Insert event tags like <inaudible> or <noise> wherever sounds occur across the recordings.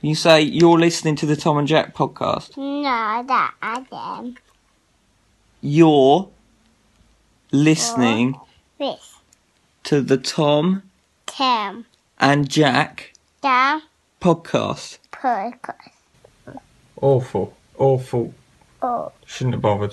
You say you're listening to the Tom and Jack podcast. No, that I am You're listening with to the Tom Tim and Jack the podcast. podcast. Awful. Awful. Oh, Shouldn't have bothered.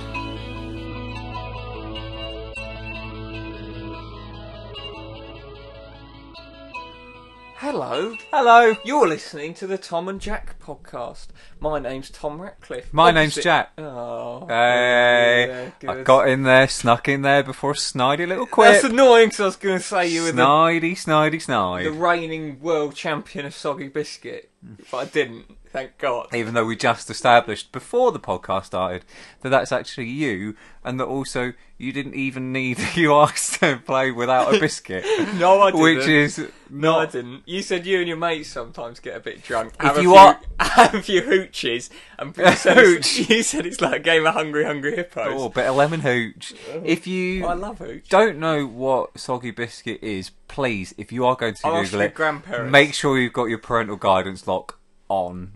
Hello. Hello. You're listening to the Tom and Jack podcast. My name's Tom Ratcliffe. My name's Jack. Oh. Hey, yeah, I good. got in there, snuck in there before snidey little That's quit. annoying because I was going to say you were the, snidey, snidey, the snide. reigning world champion of soggy biscuit, but I didn't. Thank God. Even though we just established before the podcast started that that's actually you, and that also you didn't even need <laughs> you asked to play without a biscuit, No, <laughs> I didn't. which is No, I not. didn't. You said you and your mates sometimes get a bit drunk. Have a you few, are- have a few hooches, and you <laughs> said, it's, you said it's like a game of hungry, hungry hippos. Oh, Oh, bit of lemon hooch. If you Uh-huh. I love hooch. don't know what soggy biscuit is, please, if you are going to I'll ask Google your it, grandparents. make sure you've got your parental guidance lock on.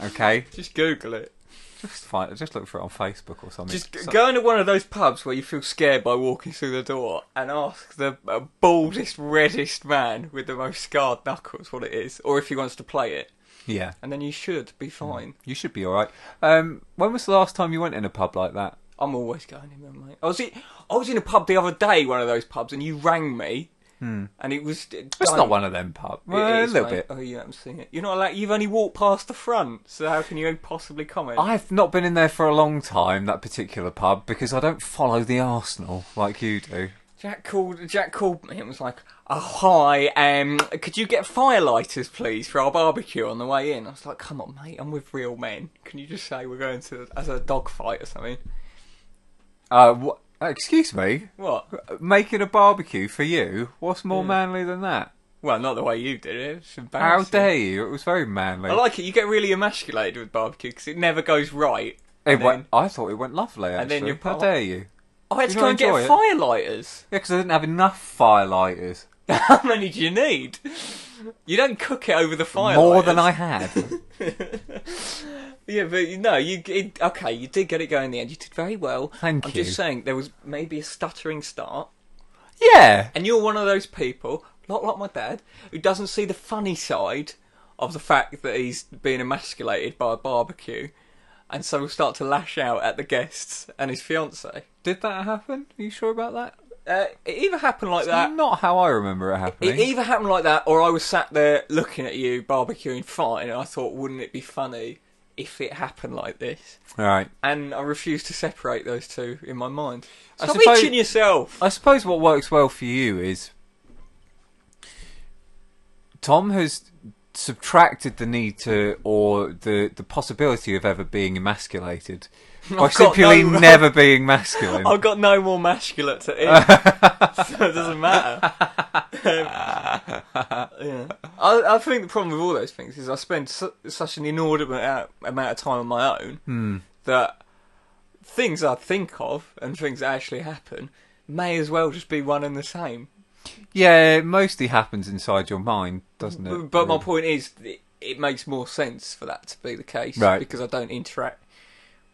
Okay, Just Google it. just find, just look for it on Facebook or something. Just g- So- go into one of those pubs where you feel scared by walking through the door and ask the uh, baldest, reddest man with the most scarred knuckles what it is, or if he wants to play it, yeah, and then you should be Hmm. fine. you should be all right. Um, when was the last time you went in a pub like that? I'm always going in there, mate. I was in, I was in a pub the other day, one of those pubs, and you rang me, and it was. Hmm. It's not one of them pubs. Well, a little bit. Oh, you haven't seen it. You're not allowed. You've only walked past the front, so how can you possibly comment? I've not been in there for a long time, that particular pub, because I don't follow the Arsenal like you do. Jack called. Jack called me and was like, oh, "Hi, um, could you get firelighters, please, for our barbecue on the way in?" I was like, "Come on, mate, I'm with real men. Can you just say we're going to as a dog fight or something?" Uh, wh- excuse me, What? making a barbecue for you? What's Hmm. more manly than that? Well, not the way you did it. It's embarrassing. How dare you? It was very manly. I like it. You get really emasculated with barbecue because it never goes right. it and went, then- I thought it went lovely, actually. and then you're How part- dare you? I had you to not go and get enjoy it? firelighters. <laughs> Yeah, because I didn't have enough firelighters. How many do you need? You don't cook it over the fire. More than I had. <laughs> Yeah, but you- no, you it, okay? You did get it going in the end. You did very well. Thank I'm you. just saying there was maybe a stuttering start, yeah. and you're one of those people, not like my dad, who doesn't see the funny side of the fact that he's being emasculated by a barbecue, and so will start to lash out at the guests and his fiance. Did that happen? Are you sure about that? Uh, it either happened like that. Not how I remember it happening. It either happened like that, or I was sat there looking at you barbecuing fine, and I thought, wouldn't it be funny if it happened like this? All right. and I refuse to separate those two in my mind. I Stop suppose- itching yourself. I suppose what works well for you is Tom has subtracted the need to or the the possibility of ever being emasculated by <laughs> I've got simply no- never being <laughs> masculine. I've got no more masculine to eat, <laughs> so it doesn't matter. Um, yeah. I, I think the problem with all those things is I spend su- such an inordinate a- amount of time on my own that things I think of and things that actually happen may as well just be one and the same. yeah, it mostly happens inside your mind, doesn't it? But my point is, it, it makes more sense for that to be the case Right. because I don't interact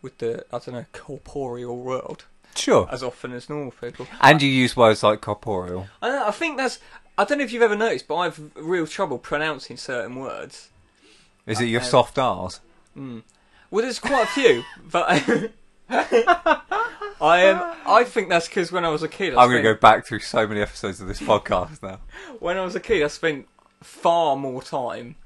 with the I don't know corporeal world sure. as often as normal people. And you use words like corporeal. I, don't know, I think that's. I don't know if you've ever noticed, but I've real trouble pronouncing certain words. Is it Uh, your soft R's? Well, there's quite a few, <laughs> but I am. I think that's because when I was a kid, I I'm going to spent, go back through so many episodes <laughs> of this podcast now. when I was a kid, I spent far more time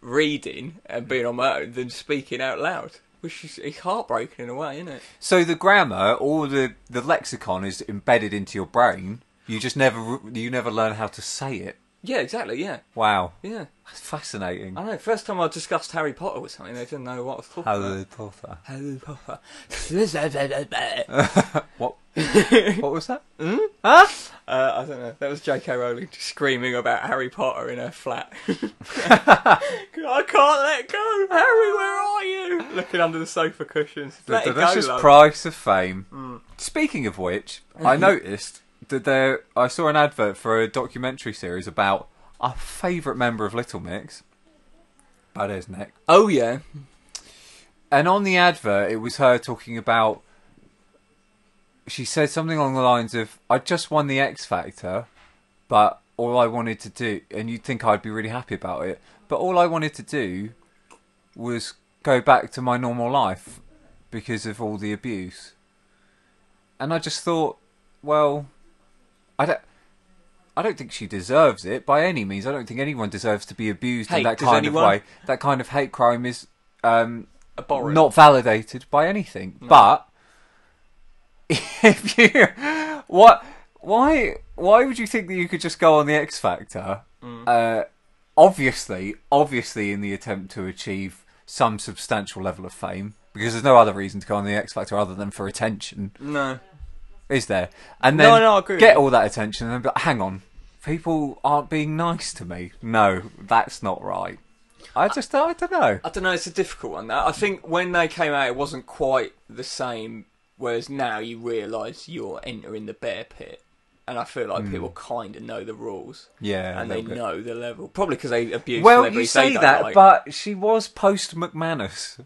reading and being on my own than speaking out loud, which is it's heartbreaking in a way, isn't it? So the grammar or the, the lexicon is embedded into your brain. You just never you never learn how to say it. Yeah, exactly. Yeah, Wow, yeah. that's fascinating. I know. First time I discussed Harry Potter with something, they didn't know what I was talking about. Harry Potter. Harry <laughs> Potter. <laughs> What? what was that? uh, I don't know. That was J.K. Rowling just screaming about Harry Potter in her flat. <laughs> I can't let go, Harry. Where are you? Looking under the sofa cushions. The Let it go, delicious love. Mm. price of fame. Speaking <laughs> of which, I noticed that there. I saw an advert for a documentary series about our favourite member of Little Mix, about hers, Nick. Oh yeah. And on the advert, it was her talking about. She said something along the lines of, "I just won the X Factor, but all I wanted to do, and you'd think I'd be really happy about it, but all I wanted to do was go back to my normal life because of all the abuse." And I just thought, well, I don't. I don't think she deserves it by any means. I don't think anyone deserves to be abused Hate, in that does kind anyone? of way. That kind of hate crime is um, Abhorrent. not validated by anything. But <laughs> if you what why why would you think that you could just go on the X Factor? Mm. Uh, obviously, obviously, in the attempt to achieve some substantial level of fame, because there's no other reason to go on the X Factor other than for attention, No. is there? And then Mm. No, no, I agree with get you. all that attention and be like, hang on, people aren't being nice to me. No, that's not right. I just I don't know. I don't know. It's a difficult one. I think when they came out, it wasn't quite the same. Whereas now you realise you're entering the bear pit, and I feel like people kind of know the rules. Yeah, a and they little bit. know the level. Probably because they abuse. Well, you celebrities say they don't that, like. but she was post McManus,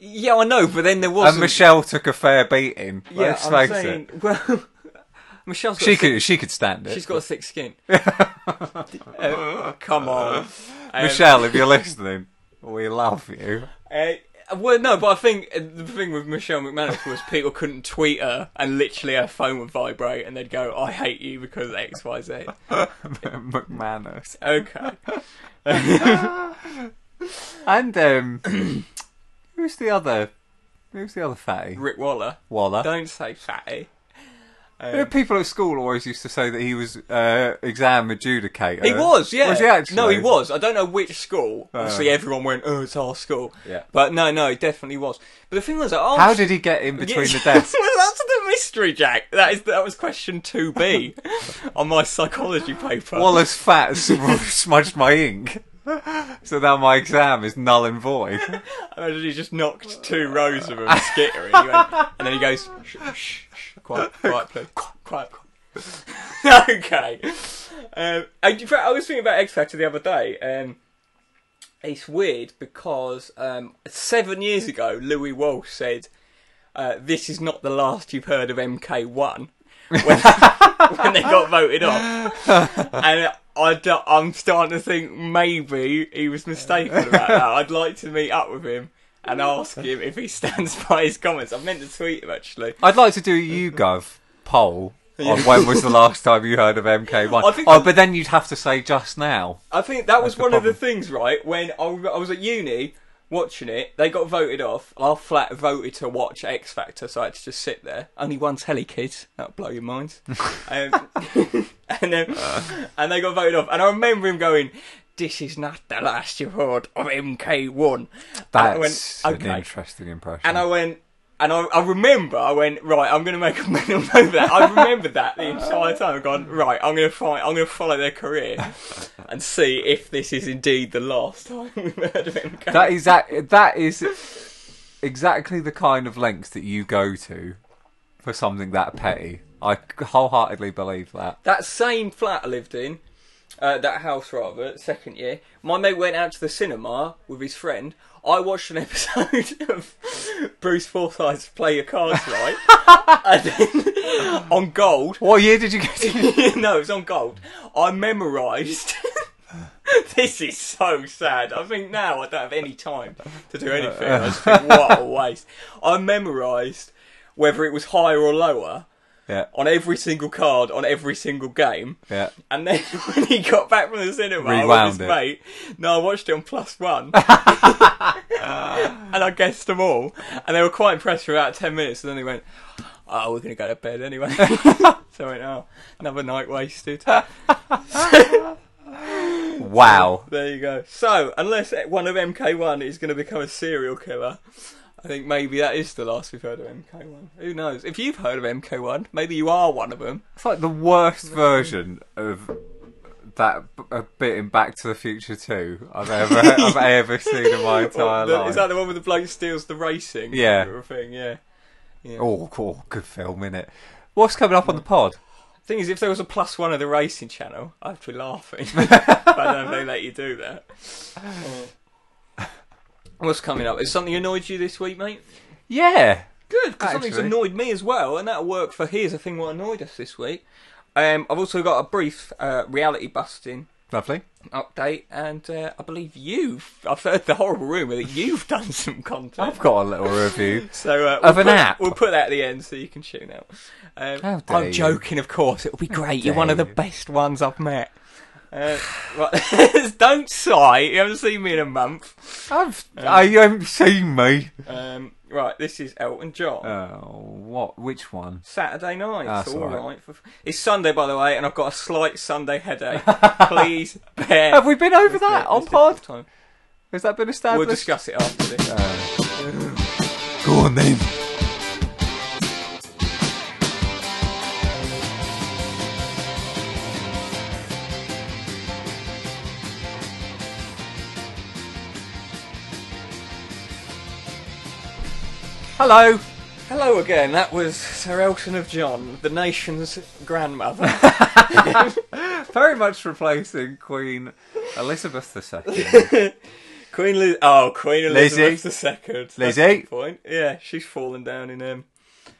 yeah, I know. But then there was and Michelle took a fair beating. Yeah, Let's I'm face saying. <laughs> it. Well, Michelle's got She a thick- could, she could stand it. she's got a thick <laughs> skin. Uh, come on, Um, Michelle, if you're listening, we love you. <laughs> Uh, well, no, but I think uh, the thing with Michelle McManus was people couldn't tweet her, and literally her phone would vibrate, and they'd go, "I hate you because X, Y, Z." McManus, Okay, and um, <coughs> who's the other? Who's the other fatty? Rick Waller, Waller. don't say fatty. You know, people at school always used to say that he was uh, exam adjudicator. He was, yeah. Was he actually? No, he was. I don't know which school. Obviously, Uh. everyone went, "Oh, it's our school." Yeah. But no, no, he definitely was. But the thing was, I How asked- did he get in between Yeah, the desks? <laughs> well, that's the mystery, Jack. That is that was question two <laughs> B on my psychology paper. Wallace fat <laughs> smudged my ink. So now my exam is null and void. And then he just knocked two rows of them <laughs> skittering. He went, and then he goes, shh, shh, shh, <laughs> quiet, quiet, please. quiet, quiet. quiet." <laughs> okay. Um, I, in fact, I was thinking about X Factor the other day. Um, it's weird because um, seven years ago, Louis Walsh said, uh, This is not the last you've heard of MK1 <laughs> when, when they got voted off. And I do- I'm starting to think maybe he was mistaken about <laughs> that. I'd like to meet up with him and ask him if he stands <laughs> by his comments. I meant to tweet him actually. I'd like to do a YouGov poll on when was the last time you heard of MK1. I think oh, that- but then you'd have to say just now. I think that was the one of the problem. things, right? When I, w- I was at uni watching it, they got voted off. Our flat voted to watch X Factor, so I had to just sit there. Only one telly, kids. That'll blow your <laughs> minds. um, <laughs> and then, Uh. and they got voted off. And I remember him going, "This is not the last you've heard of MK1." And I went, That's an interesting impression. and I went, and I, I remember, I went right. I'm going to make a <laughs> mental note of that. I remembered that the entire time. I've gone right. I'm going to find. I'm going to follow their career and see if this is indeed the last <laughs> time we've heard of him. go. that is that, that is exactly the kind of lengths that you go to for something that petty. I wholeheartedly believe that. that same flat I lived in, uh, that house rather, second year, my mate went out to the cinema with his friend. I watched an <laughs> episode of Bruce Forsyth's Play Your Cards Right, and then on gold, What year did you get to? <laughs> no, it's on gold. I memorised. <laughs> this is so sad. I think now I don't have any time to do anything. I just think, what a waste. I memorised whether it was higher or lower yeah, on every single card on every single game. yeah. And then <laughs> when he got back from the cinema, I was Rewound his it. mate. No, I watched it on plus <laughs> one, <laughs> and I guessed them all, and they were quite impressed for about ten minutes. And then they went, "Oh, we're gonna go to bed anyway." <laughs> so I went, "Oh, another night <laughs> wasted." Wow. There you go. So unless one of MK1 is gonna become a serial killer. I think maybe that is the last we've heard of MK1. Who knows? If you've heard of MK1, maybe you are one of them. It's like the worst version of that b- a bit in Back to the Future 2 I've ever <laughs> I've ever seen in my entire Or the- life. Is that the one where the bloke steals the racing? Yeah. sort of thing? Yeah. Oh, cool. good film, innit? What's coming up on the pod? Thing is, if there was a plus one of the <laughs> racing channel, I'd be laughing. but I don't know if they let you do that. What's coming up? Has something annoyed you this week, mate? Yeah. Good, because something's Actually. annoyed me as well, and that'll work for here's a thing what annoyed us this week. Um, I've also got a brief uh, reality busting Lovely. update, and uh, I believe you've. I've heard the horrible rumour that you've <laughs> done some content. I've got a little review. So uh, Of we'll an put, app. We'll put that at the end so you can tune out. Um, How dare I'm you. joking, of course. It'll be great. You're dare one of the you. best ones I've met. Uh, right. <laughs> Don't sigh. You haven't seen me in a month. I've, I haven't seen me. Um, right, this is Elton John. Oh, what? Which one? Saturday night. Ah, it's that's all all right. right. for- It's Sunday, by the way, and I've got a slight Sunday <laughs> headache. Please bear. Have we been over with me that at on this pod? difficult time. Has that been We'll established? discuss it after this. Go on then. Hello. Hello again. That was Sir Elton of John, the nation's grandmother. Very much replacing Queen Elizabeth II. Queen Liz- oh Queen Lizzie. Elizabeth II. That's Lizzie. a good point. Yeah, she's fallen down in um,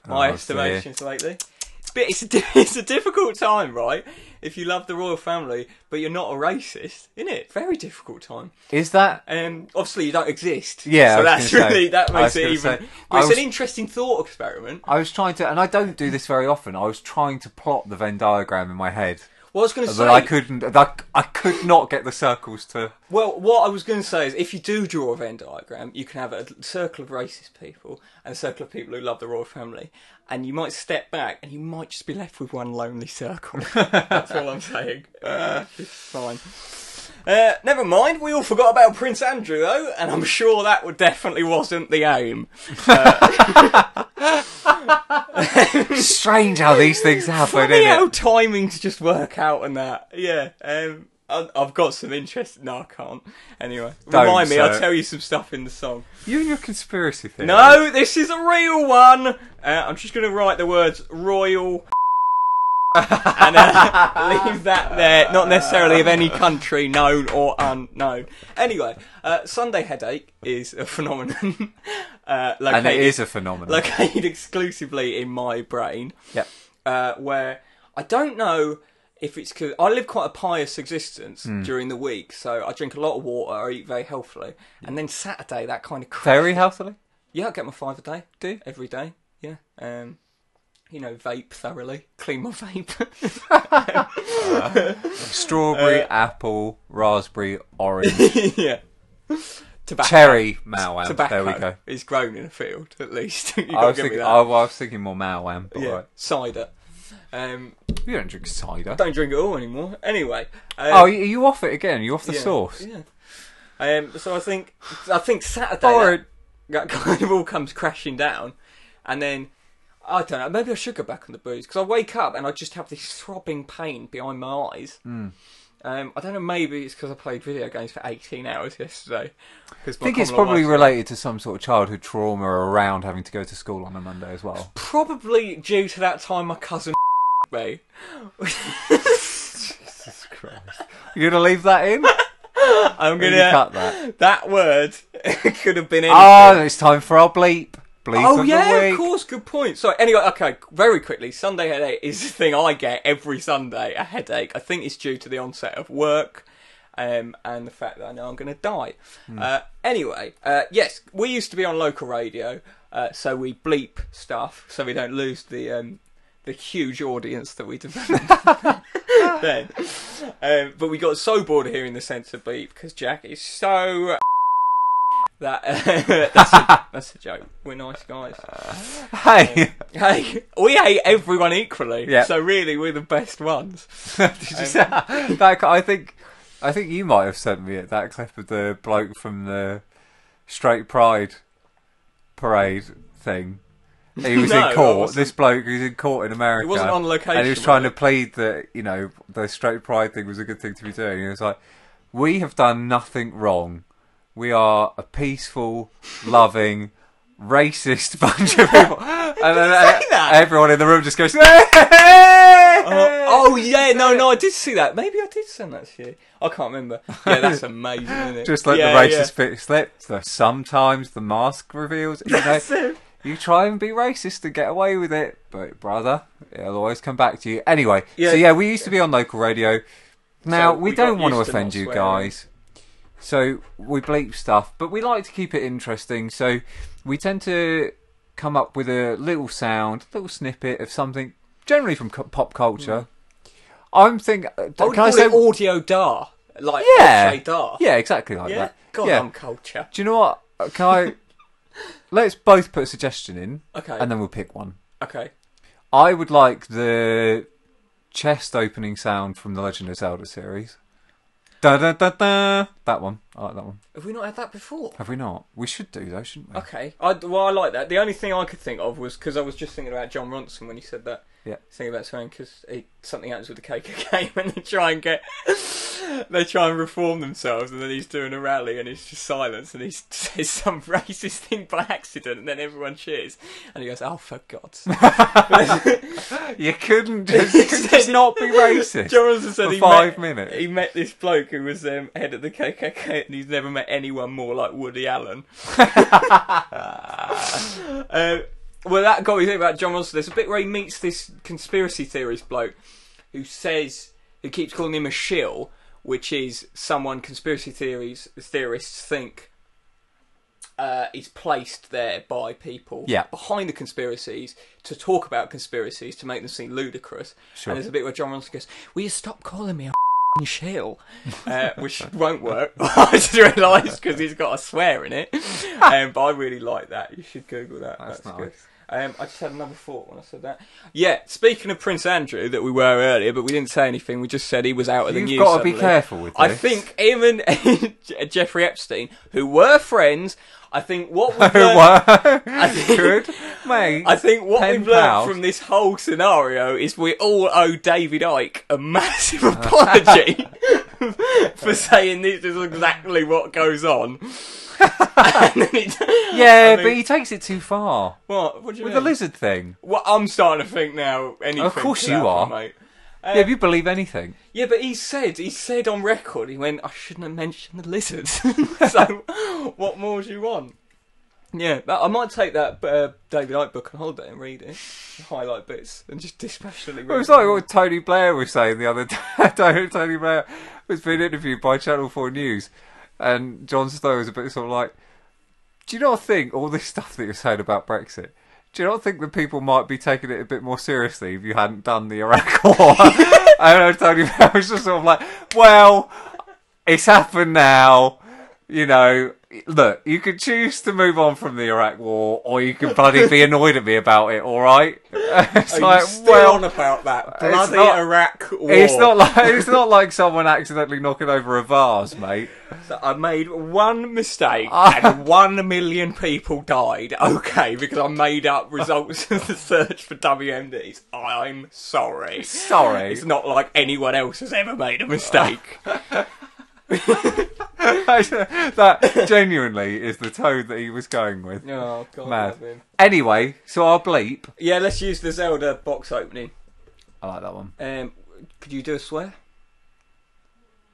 my Oh, estimations lately. It's a bit- It's a, di- <laughs> it's a difficult time, right? If you love the royal family, but you're not a racist, isn't it? Very difficult time. Is that Um, obviously you don't exist. Yeah, I so was that's gonna say- really that makes I was it gonna even. say, but I it's was- an interesting thought experiment. I was trying to, and I don't do this very often. I was trying to plot the Venn diagram in my head, What I was going to but say, I couldn't. That I could not get the circles to. well, what I was going to say is, if you do draw a Venn diagram, you can have a circle of racist people and a circle of people who love the royal family, and you might step back and you might just be left with one lonely <laughs> circle. that's all I'm saying. it's fine. Uh, never mind, we all forgot about Prince Andrew though, and I'm sure that would- definitely wasn't the aim. Strange how these <laughs> things happen, Funny how isn't it? timings just work out and that. Yeah. Um, I, I've got some interest. No, I can't. Anyway, Don't, remind me. I'll sir. tell you some stuff in the song. You and your conspiracy theory. No, this is a real one. Uh, I'm just going to write the words royal. <laughs> and uh, <laughs> leave that there, not necessarily of any country, known or unknown. Anyway, uh, Sunday headache is a phenomenon <laughs> uh, located, and it is a <laughs> phenomenon. located exclusively in my brain Yep. uh, where I don't know if it's because I live quite a pious existence Hmm. during the week, so I drink a lot of water, I eat very healthily, and then Saturday that kind of cra- Very healthily. yeah, I get my five a day, Do you? every day, yeah, um, you know, vape thoroughly, clean my <laughs> vape. Uh, Strawberry, apple, raspberry, <laughs> orange, yeah, tobacco. <laughs> cherry, malwam. Tobacco There we go. is grown in a field, at least. <laughs> you I got was, to give me thinking, that. I, was thinking more malwam, but yeah, alright. cider. Um, you don't drink cider. don't drink it all anymore. Anyway, uh, Oh, you, you off it again? You off the sauce? Yeah. Um, so I think I think Saturday Or- that, <laughs> that kind of all comes crashing down, and then I don't know. Maybe I should go back on the booze because I wake up and I just have this throbbing pain behind my eyes. Hmm. Um, I don't know. Maybe it's because I played video games for eighteen hours <laughs> yesterday. I I think it's probably related to some sort of childhood trauma around having to go to school on a Monday as well. probably due to that time my cousin <laughs> me. <laughs> Jesus Christ. You're going to leave that <laughs> in? I'm Or you gonna cut <laughs> that. that word <laughs> could have been anything. Oh, it's time for our bleep. Bleep Oh of yeah, the week. of course. Good point. So anyway, okay. Very quickly, Sunday headache is the thing I get every Sunday. A headache. I think it's due to the onset of work, um, and the fact that I know I'm going to die. Uh, anyway, uh, yes, we used to be on local radio, uh, so we bleep stuff so we don't lose the um, the huge audience that we developed <laughs> then. Um, but we got so bored of hearing the censor beep because Jack is so. <laughs> That <laughs> that's, a, that's a joke. We're nice guys. Hey, <laughs> <laughs> Hey, we hate everyone equally. Yeah. So really, we're the best ones. <laughs> did Um, you say that? I think, I think you might have sent me it, that clip of the bloke from the Straight Pride parade thing. He <laughs> was No, I in court. wasn't. This bloke who's in court in America. wasn't on location, And he was was trying to plead that you know the Straight Pride thing was a good thing to be doing. He was like, "We have done nothing wrong. We are a peaceful, loving." <laughs> Racist bunch of people, and then uh, say that. <laughs> everyone in the room just goes, "Hey!" Uh, <laughs> oh yeah, no, no, I did see that. Maybe I did send that to you. I can't <laughs> remember. Yeah, that's amazing. Isn't it? Just let Yeah, the yeah. racist bit slip. The, sometimes the mask reveals. You know, it. you try and be racist and get away with it, but brother, it'll always come back to you. Anyway, Yeah. so yeah, we used to be on local radio. Now So we, we got don't want to used to offend not you swearing. guys, so we bleep stuff, but we like to keep it interesting. So we tend to come up with a little sound, little snippet of something, generally from co- pop culture. I'm thinking, Mm. I would can I call say it audio dar, like Yeah. Audio dar. Yeah, exactly like yeah. that. God, yeah. I'm culture. Do you know what? Uh, <laughs> Can I? Let's both put a suggestion in, Okay. and then we'll pick one. Okay. I would like the chest opening sound from the Legend of Zelda series. Da da da da. That one. I like that one. Have we not had that before? Have we not? We should do though, shouldn't we? Okay. I, well, I like that. The only thing I could think of was because I was just thinking about John Ronson when you said that. Yeah. Thinking about something because something happens with the <laughs> KKK and they try and get, they try and reform themselves, and then he's doing a rally and it's just silence, and he <laughs> s- says some racist thing by accident, and then everyone cheers, and he goes, "Oh, for God's sake!" <laughs> You couldn't just, you couldn't just not be racist. John Ronson said for he five met, minutes. He met this bloke who was um, head of the KKK, and he's never met anyone more like Woody <laughs> Allen. uh, well, that got me thinking about John Ronson. There's a bit where he meets this conspiracy theorist bloke who says who keeps calling him a shill, which is someone conspiracy theories theorists think uh, is placed there by people Yeah. behind the conspiracies to talk about conspiracies to make them seem ludicrous. Sure. And there's a bit where John Ronson goes, "Will you stop calling me a <laughs> f***ing shill?" <laughs> Uh, which won't work. <laughs> I just realised because he's got a swear in it. Um, but I really like that. You should Google that. That's That's, nice. good. Um, I just had another thought when I said that. Yeah, speaking of Prince Andrew that we were earlier, but we didn't say anything. We just said he was out of the You've news. got to be suddenly. careful with I this. think him and <laughs> Jeffrey Epstein, who were friends, I think what <laughs> we've learned, Wow. think- Good, <laughs> mate. I think what Pen we've learned pals. from this whole scenario is we all owe David Icke a <laughs> massive apology <laughs> for saying this is exactly what goes on. <laughs> and then it, yeah, I mean- but he takes it too far what? What do you with the mean? lizard thing. Well, I'm starting to think now. Anything Of course could you happen, are. mate. Uh, yeah, if you believe anything. Yeah, but he said he said on record he went, I shouldn't have mentioned the lizards. <laughs> so, what more do you want? Yeah, that, I might take that uh, David Icke book and hold it and read it, highlight bits, and just dispassionately. It read was like what Tony Blair was saying the other <laughs> day. Tony- Tony Blair was being interviewed by Channel 4 News, and John Snow was a bit sort of like, Do you not think all this stuff that you're saying about Brexit? Do you not think that people might be taking it a bit more seriously if you hadn't done the Iraq <laughs> <laughs> War? and uh, Tony Blair was just sort of like, Well, it's happened now. You know, look, you could choose to move on from the Iraq War, or you can bloody <laughs> be annoyed at me about it. All right, <laughs> it's Are you like, still well, on about that it's bloody not- Iraq war? it's not like it's not like someone accidentally knocking over a vase, mate. I made one mistake Ah. and one million people died. Okay, because I made up results of the search for WMDs. I'm sorry. Sorry, <laughs> It's not like anyone else has ever made a Ah. mistake. that genuinely is the tone that he was going with. oh god, Mad. love him. Anyway, so our bleep. Yeah, let's use the Zelda box opening. I like that one. Um, could you do a swear?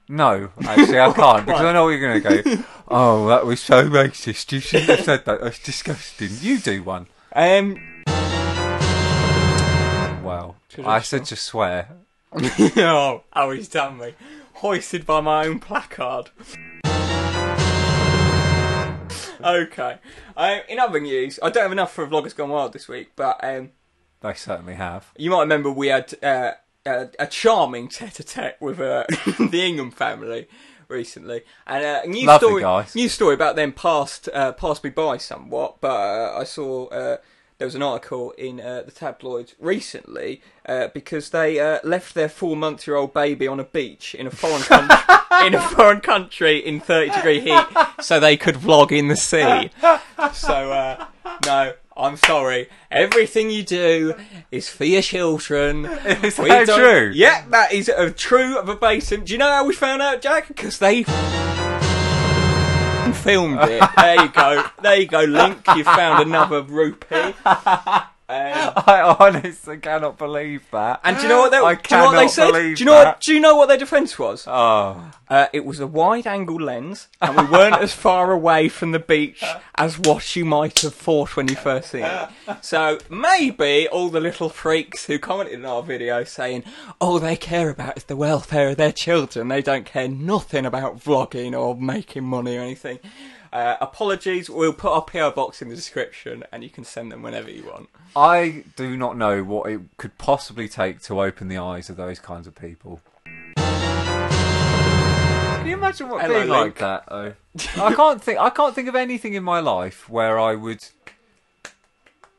No, actually, I can't because I know what you're <laughs> going to go. Oh, that was so racist. You shouldn't have said that. That's disgusting. You do one. Um, Wow. I said just swear. oh, oh, he's done me. Hoisted by my own placard. <laughs> Okay. Um, in other news, I don't have enough for a vloggers gone wild this week, but um, They <laughs> certainly have. you might remember we had uh, a, a charming tete-a-tete with <laughs> uh, the Ingham family recently, and uh, a new Lovely story, guys. new story about them passed uh, passed me by somewhat. But uh, I saw uh, there was an article in uh, the tabloids recently uh, because they uh, left their four-month-year-old baby on a beach in a <laughs> foreign country. In a foreign country in 30 degree heat, so they could vlog in the sea. So, uh, no, I'm sorry. Everything you do is for your children. Is We that don't- true? Yeah, that is a true verbatim. Do you know how we found out, Jack? Because they filmed it. There you go. There you go, Link. You found another rupee. Um, I honestly cannot believe that. and do you know what they, I do you know what they cannot said? Do believe you know what, that. do you know what their defence was? oh, Uh, it was a wide-angle lens, and we weren't as far away from the beach as what you might have thought when you first seen it. So maybe all the little freaks who commented on our video saying, "All they care about is the welfare of their children. They don't care nothing about vlogging or making money or anything." Uh, apologies. We'll put our PO box in the description, and you can send them whenever you want. I do not know what it could possibly take to open the eyes of those kinds of people. Can you imagine what Hello, being Luke. like that? Though? I can't think. I can't think of anything in my life where I would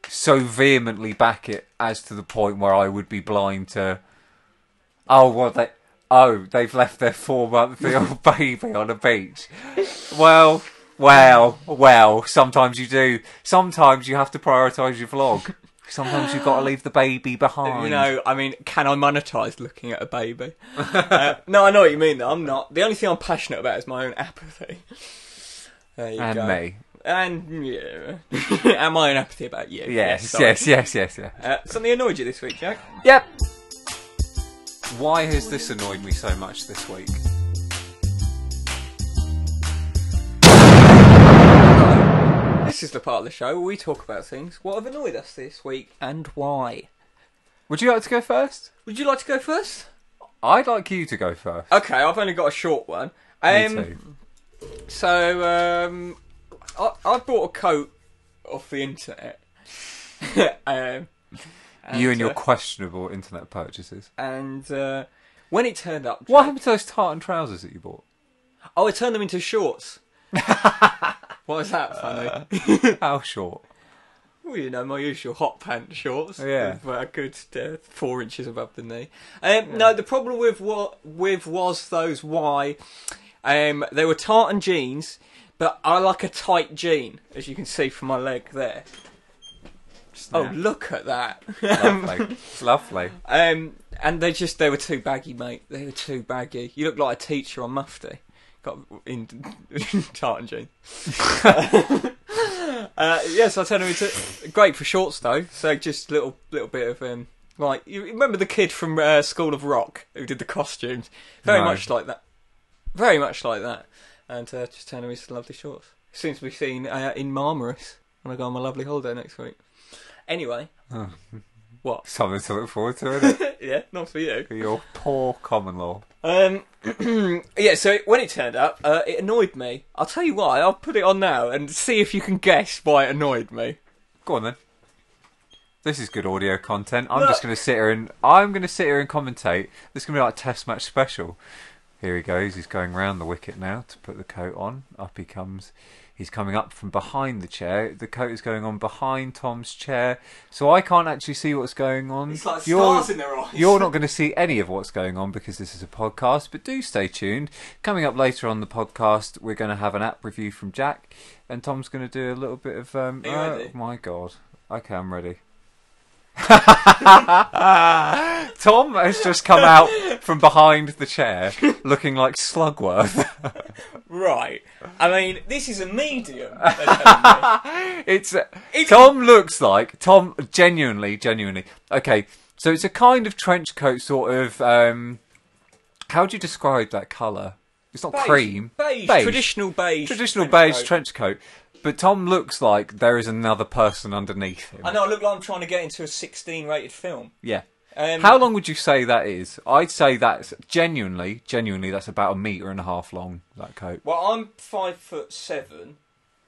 so vehemently back it as to the point where I would be blind to. Oh well, they. Oh, they've left <laughs> their four-month-old baby on a beach. Well, well, well. Sometimes you do. Sometimes you have to prioritise your vlog. Sometimes you've got to leave the baby behind. You know, I mean, can I monetize looking at a <laughs> baby? uh, no, I know what you mean. Though I'm not. The only thing I'm passionate about is my own apathy. There you and go. me. And yeah, <laughs> and my own apathy about you. Yes, sorry. yes, yes, yes, yes. Uh, something annoyed you this week, Jack? Yep. Why has this annoyed me so much this week? This is the part of the show where we talk about things what have annoyed us this week and why. Would you like to go first? Would you like to go first? I'd like you to go first. Okay, I've only got a short one. Me Um, too. So, um, I, I bought a coat off the internet. <laughs> um, you and your uh, questionable internet purchases. and uh, when it turned up, What happened to those tartan trousers that you bought? Oh, I turned them into <laughs> shorts. what was that funny? How short? well, you know, my usual hot pant shorts. Yeah. But a good uh, four inches above the knee. Um, No, the problem with what with was those why um, they were tartan jeans, but I like a tight jean, as you can see from my leg there. Oh, look at that. Lovely. Lovely. Um, and they just they were too baggy, mate. They were too baggy. You look like a teacher on Mufti, got in, <laughs> in tartan jeans. <laughs> uh, yes, I turned them into great for shorts though. So just little little bit of um, like you remember the kid from uh, School of Rock who did the costumes, very No. much like that, very much like that, and uh, just turned them into lovely shorts. Soon to be seen uh, in Marmaris when I go on my lovely holiday next week. Anyway, Something to look forward to, isn't it? <laughs> yeah, not for you. For your poor common law. Um, <clears throat> yeah, so it- when it turned up, uh, it annoyed me. I'll tell you why. I'll put it on now and see if you can guess why it annoyed me. Go on then. This is good audio content. I'm Look. just going to sit here and I'm going to sit here and commentate. This is going to be like a test match special. Here he goes. He's going round the wicket now to put the coat on. Up he comes. He's coming up from behind the chair. The coat is going on behind Tom's chair, so I can't actually see what's going on. It's like You're- stars in their eyes. You're not going to see any of what's going on because this is a podcast, but do stay tuned. Coming up later on the podcast, we're going to have an app review from Jack, and Tom's going to do a little bit of. Um, Are you oh, ready? my God. Okay, I'm ready. <laughs> Tom has just come out from behind the chair looking like Slugworth. Right. I mean, this is a medium. It's uh, Tom looks like Tom genuinely, genuinely. Okay, so it's a kind of trench coat, sort of. Um, how do you describe that colour? It's not cream, Beige. Traditional beige. traditional beige coat. trench coat. But Tom looks like there is another person underneath him. I know I look like I'm trying to get into a 16 rated film. Yeah. Um, how long would you say that is? I'd say that's genuinely, genuinely, that's about a metre and a half long. That coat. Well, I'm five foot seven,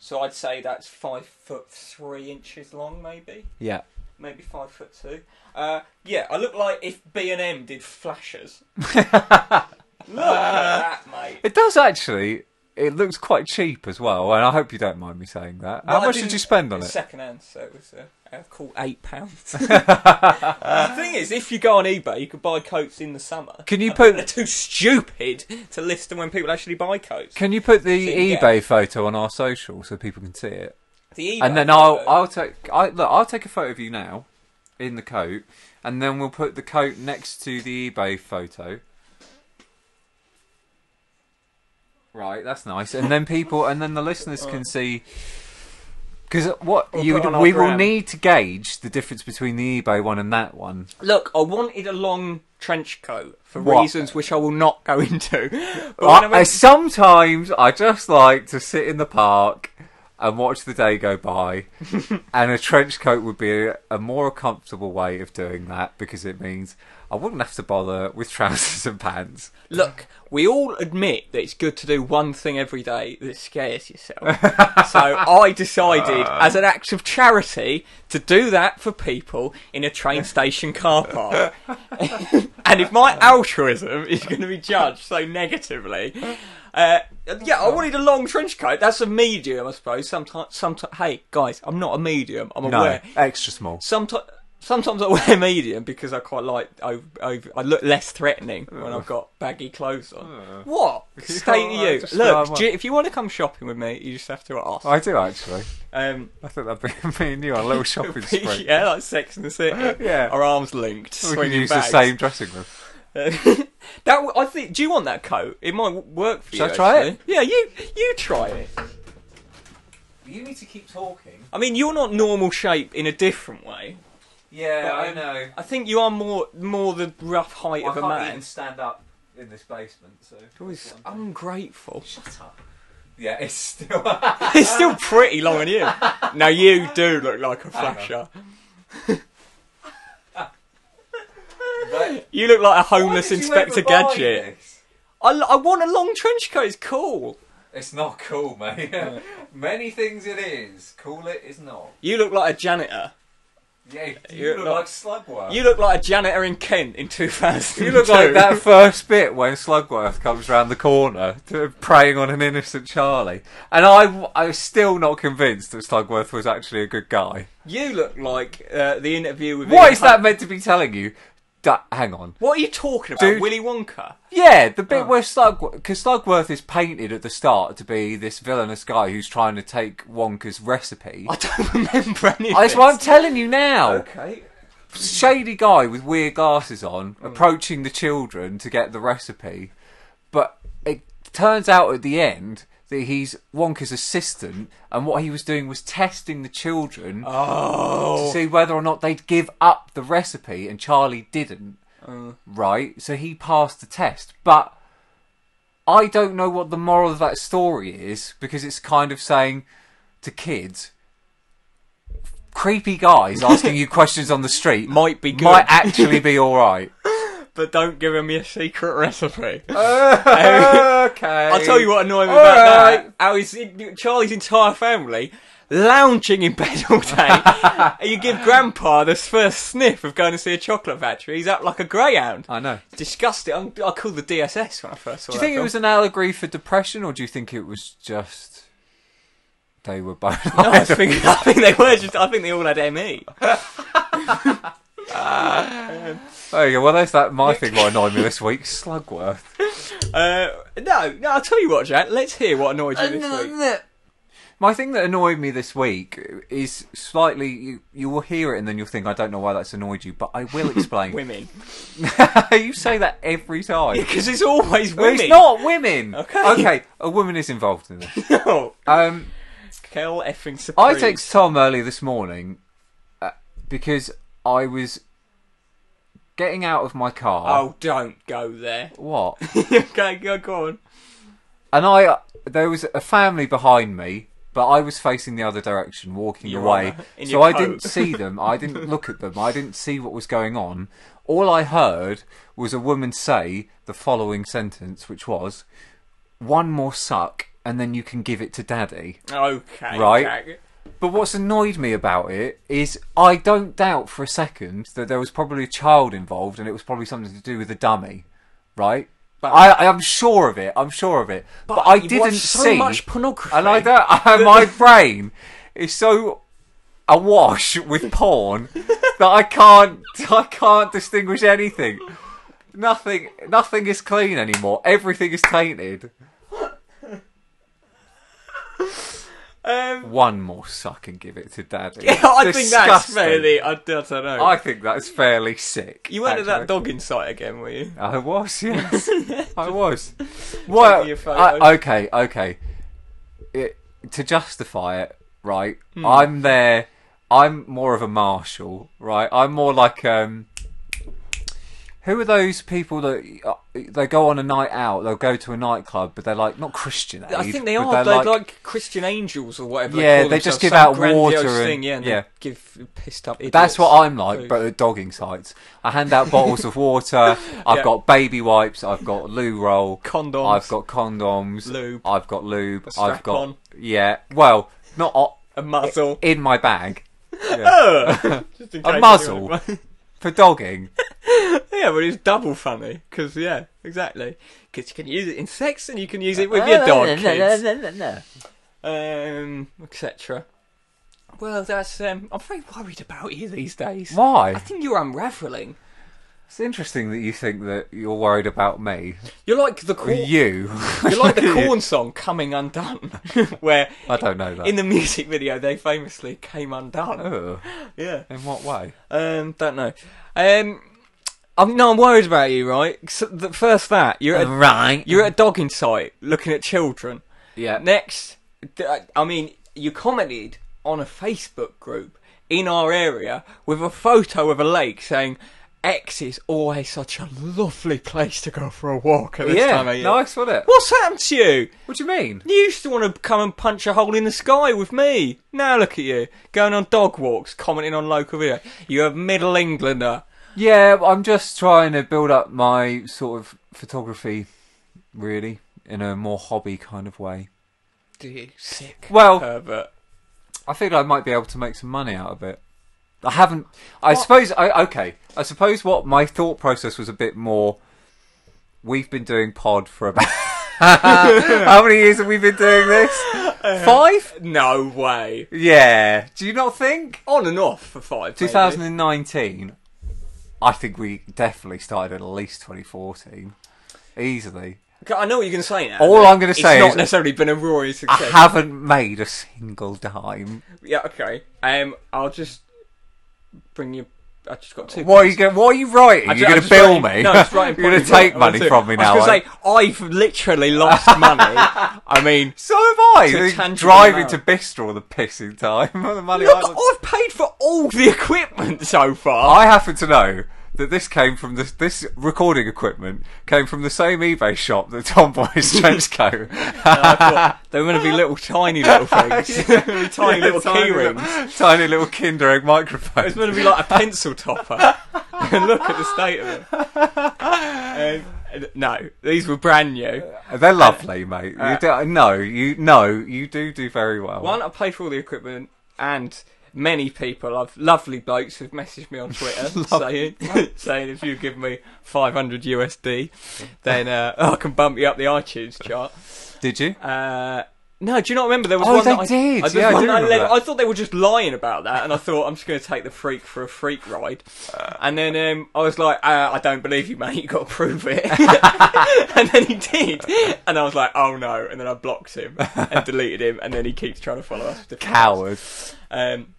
so I'd say that's five foot three inches long, maybe. Yeah. Maybe five foot two. Uh, yeah, I look like if B and M did <laughs> flashes. look at that, mate. It does actually. It looks quite cheap as well, and I hope you don't mind me saying that. How Well, I much did didn't- you spend on was it? Second hand, so it was uh, uh, called eight <laughs> pounds. Uh, the thing is, if you go on eBay, you could buy coats in the summer. Can you I think <laughs> put- They're too stupid to list them when people actually buy coats. Can you put the So you eBay can photo on our social so people can see it? The eBay and then I'll photo- I'll take I look I'll take a photo of you now in the coat and then we'll put the coat next to the eBay photo. Right, that's nice. And then people and then the listeners can see Because what Or you put on our we will gram. need to gauge the difference between the eBay one and that one. Look, I wanted a long trench coat for What? reasons which I will not go <laughs> into. But I, when I went- sometimes I just like to sit in the park and watch the day go <laughs> by, and a trench coat would be a, a more comfortable way of doing that because it means I wouldn't have to bother with trousers <laughs> and pants. Look, we all admit that it's good to do one thing every day that scares yourself. so I decided, as an act of charity, to do that for people in a train station car park. and if my altruism is going to be judged so negatively. Uh, yeah, I wanted a long trench coat. That's a medium, I suppose. Sometimes, sometimes. Hey, guys, I'm not a medium. I'm No, aware. extra small. Sometimes, sometimes I wear medium because I quite like. I, I, I look less threatening when I've got baggy clothes on. What Oh. <laughs> you state can't, like, of you? describe Look, what- do you- if you want to come shopping with me, you just have to ask. I do actually. <laughs> Um, I think that'd be me and you on <laughs> a little shopping spree. yeah, like Sex and the City. <laughs> Yeah. our arms linked. We could swinging use bags. the same dressing room. <laughs> that w- I think. Do you want that coat? It might w- work for Shall you. I try it? actually. Yeah, you you try it. You need to keep talking. I mean, you're not normal shape in a different way. Yeah, I know. I think you are more more the rough height of a man. stand up in this basement, so. Oh, it's ungrateful. Shut up. Yeah, it's still. <laughs> It's still pretty long on you. Now you do look like a flasher. You look like a homeless Inspector Gadget. I, l- I want a long trench coat. It's cool. It's not cool, mate. <laughs> Many things it is. Cool it is not. You look like a janitor. Yeah, you You're look not- like Slugworth. You look like a janitor in Kent in 2000. <laughs> You look like that first bit when Slugworth comes round the corner to, preying on an innocent Charlie. And I, I was still not convinced that Slugworth was actually a good guy. You look like uh, the interview with. What Ian is Hunt. that meant to be telling you? Du- hang on. What are you talking about, Dude. Willy Wonka? Yeah, the Oh. bit where Slug, because Slugworth is painted at the start to be this villainous guy who's trying to take Wonka's recipe. I don't <laughs> remember any. of That's this. what I'm telling you now. Okay. Shady guy with weird glasses on, approaching the children to get the recipe, but it turns out at the end that he's Wonka's assistant, and what he was doing was testing the children Oh. to see whether or not they'd give up the recipe, and Charlie didn't. Uh. Right, so he passed the test, but I don't know what the moral of that story is because it's kind of saying to kids, <laughs> creepy guys asking you questions on the street Might be good. <laughs> might actually be all right. but don't give him your secret recipe. <laughs> okay, I'll tell you what annoyed me All about that. right. How his, Charlie's entire family lounging in bed all <laughs> day. and you give Grandpa this first sniff of going to see a chocolate factory. He's up like a greyhound. I know. Disgusting. I'm, I called the DSS when I first saw Do you that think it film. was an allegory for depression, or do you think it was just they were both? <laughs> No, <laughs> I, think, I think they were just. I think they all had E. ME. There you go. Well, there's that my thing. What annoyed me this week, Slugworth. <laughs> Uh, no, no. I'll tell you what, Jack. Let's hear what annoyed Uh, you this week. My thing that annoyed me this week is slightly. You, you will hear it and then you'll think, I don't know why that's annoyed you, but I <laughs> will explain. Women, <laughs> you say that every time. because it's always Well, women. <laughs> it's not women. Okay. Okay, a woman is involved in this. No. Oh, Um, Kel effing supreme. I text Tom early this morning uh, because I was getting out of my car. Oh, don't go there. <laughs> What? okay, go, go on. and I there was a family behind me, but I was facing the other direction, walking You away. are, in So your I coat. didn't see them. I <laughs> didn't look at them. I didn't see what was going on. All I heard was a woman say the following sentence, which was, "One more suck, and then you can give it to daddy." Okay, Right. Jack. But what's annoyed me about it is I don't doubt for a second that there was probably a child involved and it was probably something to do with a dummy, right? But- I, I am sure of it. I'm sure of it. But, I you watch didn't so see much pornography. and I don't. <laughs> <laughs> my brain is so awash with porn that I can't. <laughs> I can't distinguish anything. Nothing. Nothing is clean anymore. Everything is tainted. <laughs> Um, One more suck and give it to daddy. I think that's Disgusting. fairly. I, I don't know. I think that's fairly sick. you went to that actually. dog insight again, were you? I <laughs> was, yes, I was. Well, your photos. I, okay, okay. It, to justify it, right? Hmm. I'm there. I'm more of a marshal, right? I'm more like um. Who are those people that uh, they go on a night out? They'll go to a nightclub, but they're like not Christian. I aid, think they but are. They're They're like, Christian angels or whatever. Yeah, they, call they just themselves, some give out grandiose water and- thing, yeah, and they yeah. give pissed up. Idiots That's what I'm like, food. but at dogging sites. I hand out bottles of <laughs> water. I've Yeah. got baby wipes. I've got loo roll. Condoms. I've got condoms. Lube. I've got lube. A strap I've got on. yeah. Well, not o- a muzzle. <laughs> in my bag Oh! Just in case anyone- muzzle? <laughs> for dogging. <laughs> yeah, but it's double funny because yeah, exactly. Because you can use it in sex and you can use it with your <laughs> dog, kids, um, etc. Well, that's um, I'm very worried about you these days. I Why? think you're unraveling. It's interesting that you think that you're worried about me. You're like the Oh, corn. You. You're like <laughs> the corn song "Coming Undone," <laughs> where I don't know that. Oh. in the music video they famously came undone. Ugh. Yeah. in what way? Um, don't know. Um, I'm no, I'm worried about you, right? So the, first, that you're at, Right. you're at a dogging site looking at children. yeah. Uh, Next, th- I mean, you commented on a Facebook group in our area with a photo of a lake saying. X is always such a lovely place to go for a walk at this yeah. time of year. Nice, wasn't it? What's happened to you? What do you mean? You used to want to come and punch a hole in the sky with me. Now look at you, going on dog walks, commenting on local video. You're a middle Englander. Yeah, I'm just trying to build up my sort of photography, really, in a more hobby kind of way. Do you sick Well, pervert? I think I might be able to make some money out of it. I haven't. I suppose. I okay. I suppose what my thought process was a bit more. We've been doing pod for about. <laughs> How many years have we been doing this? Uh-huh. Five? No way. Yeah. Do you not think? On and off for five. maybe. 2019. I think we definitely started at least 2014, easily. Okay, I know what you're going to say now. All I'm gonna It's say not is- necessarily been a roaring I success. haven't made a single dime. yeah, okay. Um, I'll just bring you. I just got two. What are you things. going? What are you writing? I ju- You're I going to just bill writing- me? No, just writing <laughs> You're going to points. I take want money from me now. I was are you? going to say I've <laughs> literally lost money. I mean, So have I. To They tangible Drive amount. into Bristol all the pissing time. <laughs> the money I, Look, I've paid for all the equipment so far. I happen to know that this came from this this recording equipment came from the same eBay shop that Tomboy's <laughs> trench coat. <laughs> They're going to be little tiny little things, <laughs> tiny <laughs> little key rings. tiny little Kinder Egg It's microphone. going to be like a pencil topper. <laughs> And Look at the state of <laughs> it. Um, no, these were brand new. They're lovely, mate. You Uh, do, no, you no, you do do very well. One, I paid for all the equipment, and many people, I've lovely blokes, have messaged me on Twitter saying <laughs> saying if you give me 500 USD, then uh, I can bump you up the iTunes chart. Did you? Uh, no, do you not remember there was Oh, one they that I, did. I, there's Yeah, I one do that I, remember led- that. I thought they were just lying about that, and I thought I'm just going to take the freak for a freak ride. Uh. And then um, I was like, uh, I don't believe you, mate. You got to prove <laughs> it. <laughs> and then he did, and I was like, oh no. And then I blocked him and deleted him, and then he keeps trying to follow us. with different Coward. um,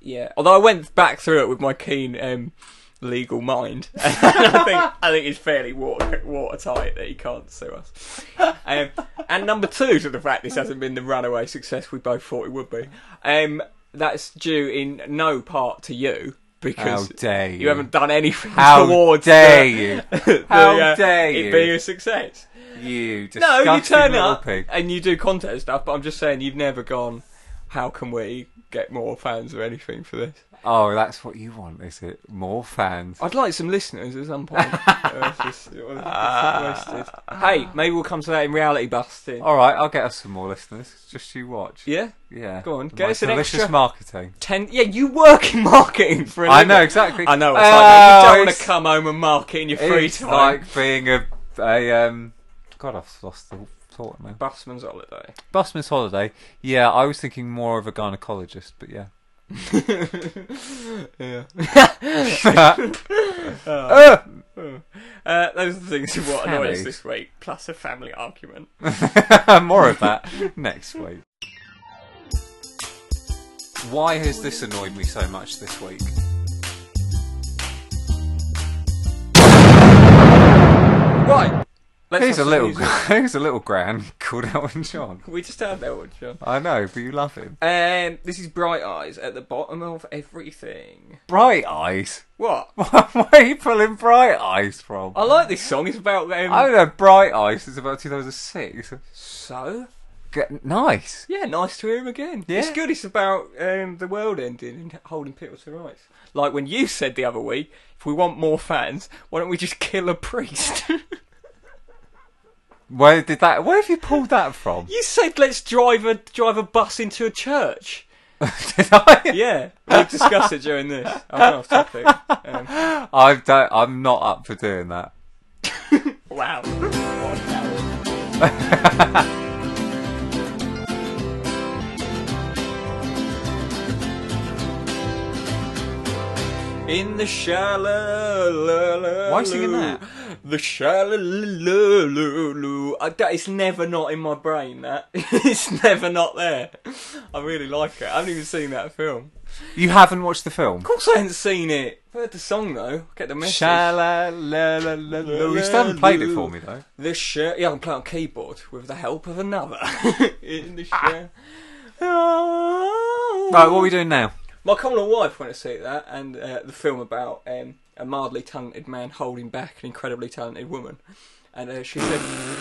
yeah. Although I went back through it with my keen um, legal mind, <laughs> and I think I think it's fairly water, watertight that he can't sue us. Um, and number two to the fact this hasn't been the runaway success we both thought it would be. Um, that's due in no part to you How because dare you? you haven't done anything How towards dare the- you? <laughs> the, How uh, dare it you? being a success. You No, disgusting you turn little up pig. and you do contest stuff, but I'm just saying you've never gone. How can we get more fans or anything for this? Oh, that's what you want, is it? More fans. I'd like some listeners at some <laughs> point. Uh, it's just- it was- it's wasted. Hey, maybe we'll come to that in reality busting. All right, I'll get us some more listeners. Just you watch. Yeah, Yeah. Go on, My get us an delicious extra- marketing. ten. Yeah, you work in marketing for a I living. know exactly. I know. It's Oh, like, you don't want it's- to come home and market in your free It's time. like being a a um. God, I've lost the thought now. busman's holiday. <laughs> Busman's holiday. Yeah, I was thinking more of a gynecologist, <laughs> but yeah. Yeah. Oh. Uh, Uh, those are the things of what annoyed us Families. this week, plus a family argument. <laughs> more of that next week. Why has this annoyed me so much this week? Right. Let's Here's a have some little, music. <laughs> here's a little grand called Elton John. We just had that one, John. I know, but you love him. Um, this is Bright Eyes at the bottom of everything. Bright eyes. What? <laughs> Where are you pulling bright eyes from? I like this song. It's about um, them. I don't know. Bright eyes is about 2006. So Get, nice. yeah, nice to hear him again. Yeah. It's good. It's about um, the world ending and holding people to rights. Like when you said the other week, if we want more fans, why don't we just kill a priest? <laughs> Where did that? Where have you pulled that from? you said let's drive a drive a bus into a church. <laughs> did I? Yeah, we'll discuss it during this. I'm off topic. Um, I don't, I'm not up for doing that. <laughs> wow. <laughs> In the shallow. la, la, Why are you singing loo. that? The shallow. la, la, loo. I, that, it's never not in my brain, that. <laughs> it's never not there. I really like it. I haven't even seen that film. You haven't watched the film. Of course, I haven't seen it. I've heard the song, though. I get the message. Shala la la la la. You still haven't played it for me though. This shirt, yeah, I can play on keyboard with the help of another. <laughs> In the shirt. Ah. Ah. Right, what are we doing now? My common wife went to see that, and uh, the film about um, a mildly talented man holding back an incredibly talented woman. And uh, she said,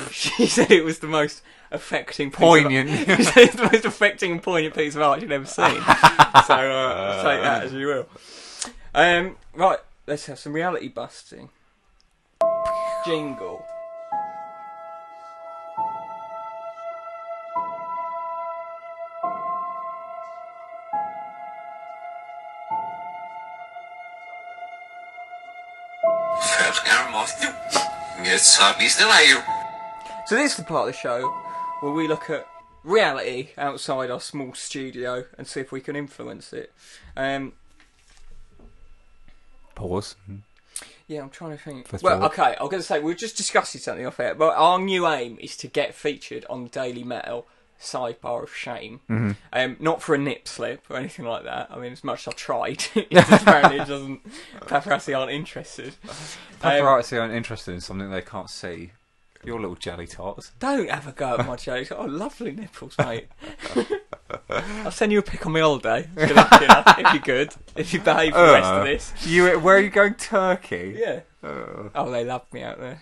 <laughs> she said it was the most affecting, piece of- <laughs> Poignant. she said it's the most affecting and poignant piece of art she'd ever <laughs> seen. so uh, take that as you will. Um, right, let's have some reality busting. Jingle. Verkörmost. Jetzt hab ich's Eier. So this is the part of the show where we look at reality outside our small studio and see if we can influence it. Um, Pause. yeah, I'm trying to think. First well, forward. okay, I was going to say we were just discussing something off air, but our new aim is to get featured on the Daily Mail sidebar of shame. Um, not for a nip slip or anything like that. I mean, as much as I tried, <laughs> it just apparently it doesn't. Paparazzi aren't interested. Um, Paparazzi aren't interested in something they can't see. Your little jelly tots. Don't have a go at my jokes. Oh, lovely nipples, mate. <laughs> I'll send you a pic on my holiday. Good luck, good luck, if you're good. If you behave for the rest of this. You, where are you going? Turkey. Yeah. Oh, they love me out there.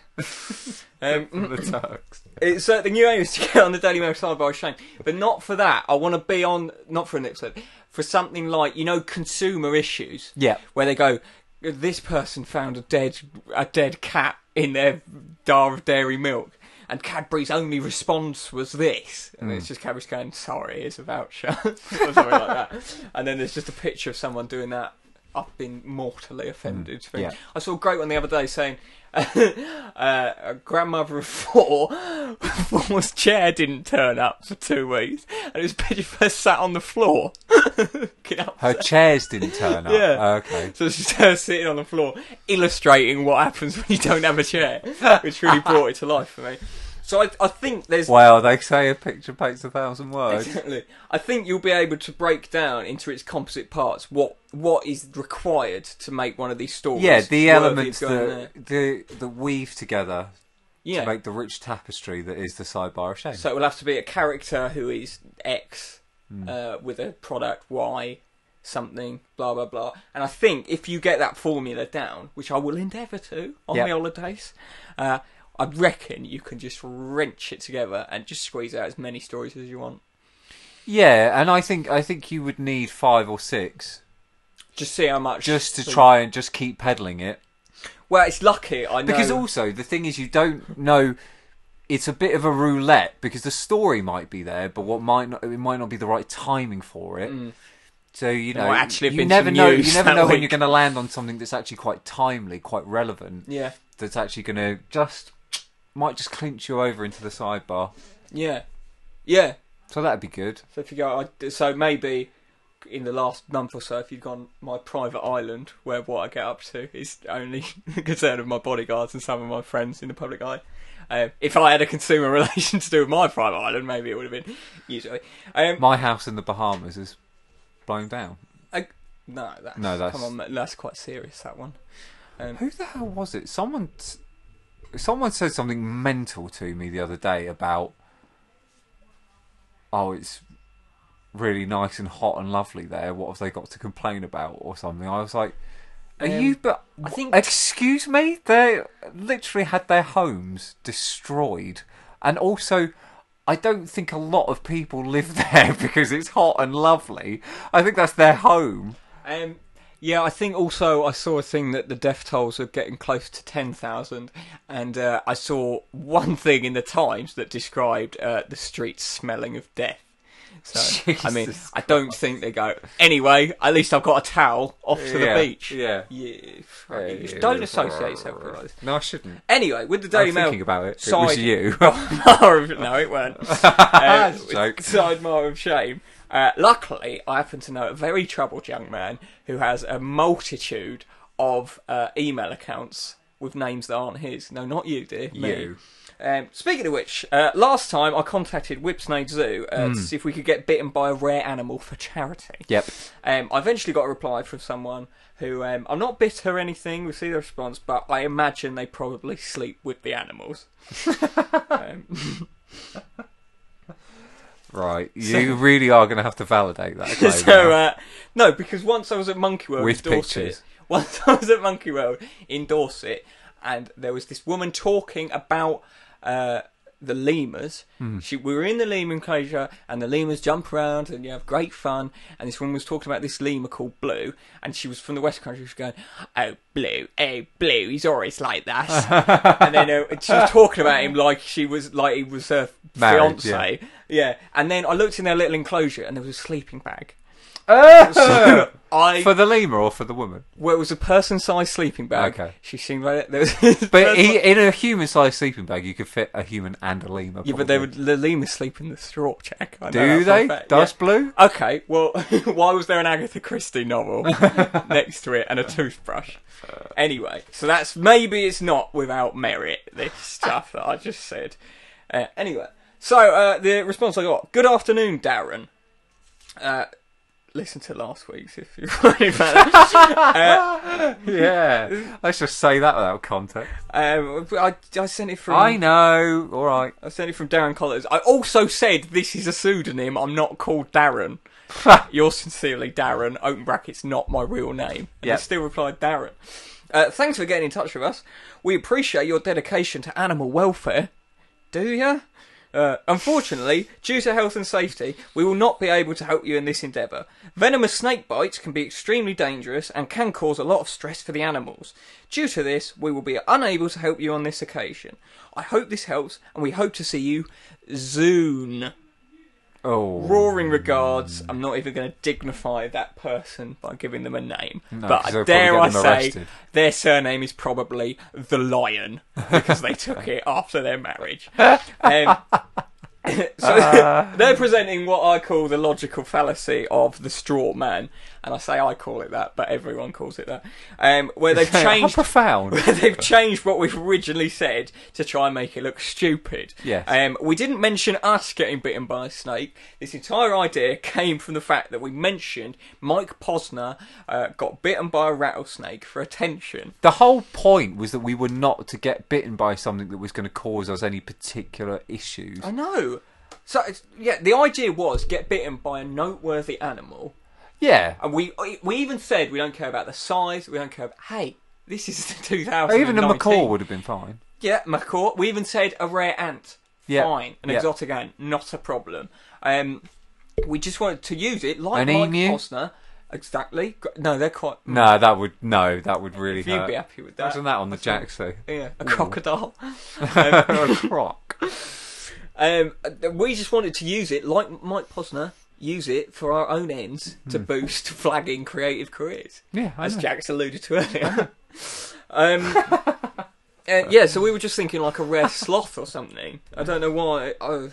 um, The Turks. it's, uh, the new aim is to get on the Daily Mail side by shame. But not for that. I want to be on, not for a nip slip, for something like, you know, consumer issues. Yeah. Where they go, this person found a dead, a dead cat in their jar of dairy milk. And Cadbury's only response was this, and it's just Cadbury's going, "Sorry, it's a voucher," <laughs> or something like that. And then there's just a picture of someone doing that. I've been mortally offended. thing. yeah. I saw a great one the other day saying, <laughs> uh, "A grandmother of four <laughs> was chair didn't turn up for two weeks, and it was <laughs> a picture of her sat on the floor." Looking up. Her chairs didn't turn up. Yeah. Okay. So it's <laughs> just her sitting on the floor, illustrating what happens when you don't have a <laughs> chair, which really brought it to life for me. So I, I think there's Well, they say a picture paints a <laughs> thousand words. Exactly. I think you'll be able to break down into its composite parts what what is required to make one of these stories. Yeah, the worthy of elements going that the the weave together yeah. to make the rich tapestry that is the sidebar of shame. So it will have to be a character who is X Hmm. uh, with a product Y something blah blah blah. And I think if you get that formula down, which I will endeavour to on Yep. the holidays, uh, I reckon you can just wrench it together and just squeeze out as many stories as you want. yeah, and I think I think you would need five or six Just see how much. just to try and just keep peddling it. Well, it's lucky I know. Because also the thing is, you don't know. It's a bit of a roulette because the story might be there, but what might not, it might not be the right timing for it. So you know, Mm. might actually have you been never some know. You news never that know when week. you're going to land on something that's actually quite timely, quite relevant. Yeah. That's actually going to just might just clinch you over into the sidebar. Yeah, yeah. So that'd be good. So if you go, I- so maybe in the last month or so, if you've gone my private island, where what I get up to is only <laughs> the concern of my bodyguards and some of my friends in the public eye. Um, if I had a consumer <laughs> relation to do with my private island, maybe it would have been usually. Um, My house in the Bahamas is blown down. I- no, that's, No, that's- come on, mate, that's quite serious. That one. Who the hell was it? Someone. T- someone said something mental to me the other day about oh it's really nice and hot and lovely there what have they got to complain about or something i was like are Um, you but I think- excuse me they literally had their homes destroyed and also I don't think a lot of people live <laughs> there because it's hot and lovely. I think that's their home. Um, yeah, I think also I saw a thing that the death tolls are getting close to 10,000, and uh, I saw one <laughs> thing in the Times that described uh, the streets smelling of death. So, I mean, Jesus I don't think they go, anyway, at least I've got a towel off to Yeah, the beach. yeah. Yeah. right. Don't associate yourself with those. No, I shouldn't. Anyway, with the I'm Daily Mail. thinking about it. It side- <laughs> was you. <laughs> no, no, it weren't. Uh, That's a <laughs> joke. Side mile of shame. Uh, luckily, I happen to know a very troubled young man who has a multitude of uh, email accounts with names that aren't his. No, not you, dear. me. You. Um, speaking of which, uh, last time I contacted Whipsnade Zoo uh, to see if we could get bitten by a rare animal for charity. Hmm. Yep. Um, I eventually got a reply from someone who um, I'm not bitter or anything. We see the response, but I imagine they probably sleep with the animals. um, <laughs> right. You really are going to have to validate that. Claim so now. uh, no, because once I was at Monkey World With in Dorset, pictures. <laughs> once I was at Monkey World in Dorset, and there was this woman talking about uh, the lemurs. Hmm. She, we were in the lemur enclosure, and the lemurs jump around, and you have great fun. And this woman was talking about this lemur called Blue, and she was from the West Country. She was going, "Oh, Blue, oh, Blue, he's always like <laughs> that." and then uh, she was talking about him like she was like he was her Married, fiance. Yeah. and then I looked in their little enclosure, and there was a sleeping <laughs> bag. I uh, for the lemur or for the woman? well, it was a person-sized sleeping bag. Okay. She seemed like <laughs> there was. But he, in a human-sized sleeping bag, you could fit a human and a lemur. Yeah, but they probably. would the lemurs sleep in the straw, Jack. I know Do that for a they? fact, Does yeah. <laughs> blue? Okay, well, why was there an Agatha Christie novel next to it and a toothbrush? Anyway, so that's maybe it's not without merit, this stuff that I just said. Uh, anyway, so uh, the response I got Good afternoon, Darren. Uh, listen to last week's if <laughs> you're worried about that. Yeah. Let's just say that without context. Um, I, I sent it from. I know. All right. I sent it from Darren Collins. I also said this is a pseudonym. I'm not called Darren. <laughs> Yours sincerely, Darren. Open brackets, not my real name. And Yep. they still replied, Darren. Uh, thanks for getting in touch with us. We appreciate your dedication to animal welfare. Do you? Uh, unfortunately, due to health and safety, we will not be able to help you in this endeavour. Venomous snake bites can be extremely dangerous and can cause a lot of stress for the animals. Due to this, we will be unable to help you on this occasion. I hope this helps, and we hope to see you soon. <laughs> Oh. Roaring regards. I'm not even going to dignify that person by giving them a name, 'cause but they'll I dare I probably get them say arrested. their surname is probably the Lion because they <laughs> took it after their marriage. Um, <laughs> so Uh. they're presenting what I call the logical fallacy of the straw man, and I say I call it that, but everyone calls it that. Um, where they've How changed <laughs> profound. they've changed what we've originally said to try and make it look stupid. Yes. Um, we didn't mention us getting bitten by a snake. This entire idea came from the fact that we mentioned Mike Posner uh, got bitten by a rattlesnake for attention. The whole point was that we were not to get bitten by something that was going to cause us any particular issues. I know. So it's, yeah, the idea was get bitten by a noteworthy animal, Yeah. and we we even said we don't care about the size, we don't care. About, hey, this is <laughs> 2000. Or even a macaw would have been fine. Yeah, macaw. We even said a rare ant. Yeah. Fine. An Yeah. exotic ant, not a problem. Um, we just wanted to use it like An Mike emu? Posner. Exactly. Gr- No, they're quite. No, that would no, that would really If hurt. you'd be happy with that. Imagine that on the jacks though. <laughs> Yeah, a Mm. crocodile. a <laughs> croc. Um, we just wanted to use it like Mike Posner. Use it for our own ends to boost flagging creative careers. Hmm. Yeah, I as know. Jack's alluded to earlier. <laughs> um, uh, yeah, so we were just thinking like a rare sloth or something. I don't know why. I,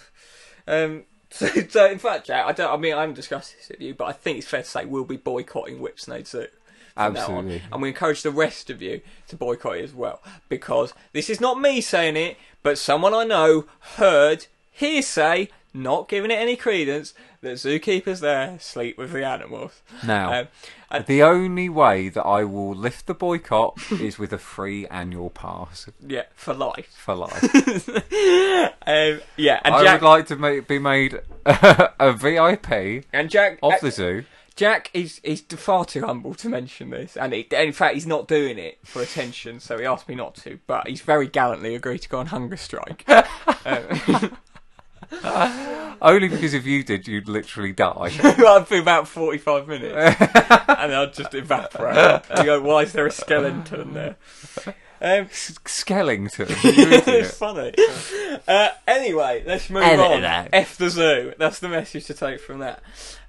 um, <laughs> so, so in fact, Jack, I don't. I mean, I haven't discussed this with you, but I think it's fair to say we'll be boycotting Whipsnade Zoo. from now on. Absolutely. and we encourage the rest of you to boycott it as well because this is not me saying it, but someone I know heard hearsay not giving it any credence that zookeepers there sleep with the animals. Now, Um, and the only way that I will lift <laughs> the boycott is with a free annual pass yeah, for <laughs> life. for life. <laughs> um, yeah, and I Jack, would like to ma- be made <laughs> a VIP and Jack, of the zoo. Jack is is far too humble to mention this, and he, in fact, he's not doing it for attention. So he asked me not to, but he's very gallantly agreed to go on hunger strike. <laughs> Only because if you did, you'd <laughs> literally die. I'd be about forty-five minutes, and I'd just evaporate. You go, why is there a skeleton there? Um, S- <laughs> Skellington. you it's idiot. funny. Uh, anyway, let's move Edit on. that. F the zoo. That's the message to take from that.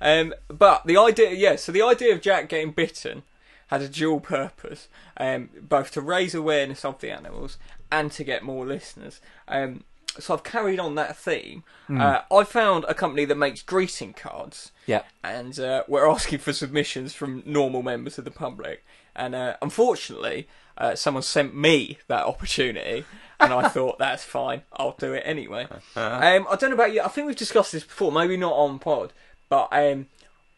Um, but the idea, yeah, so the idea of Jack getting bitten had a dual purpose, um, both to raise awareness of the animals and to get more listeners. Um, so I've carried on that theme. Uh, I found a company that makes greeting cards Yeah. and uh, we're <laughs> asking for submissions from normal members of the public. And uh, unfortunately, uh, someone sent me that opportunity, and I thought that's fine. I'll do it anyway. Um, I don't know about you. I think we've discussed this before, maybe not on pod, but um,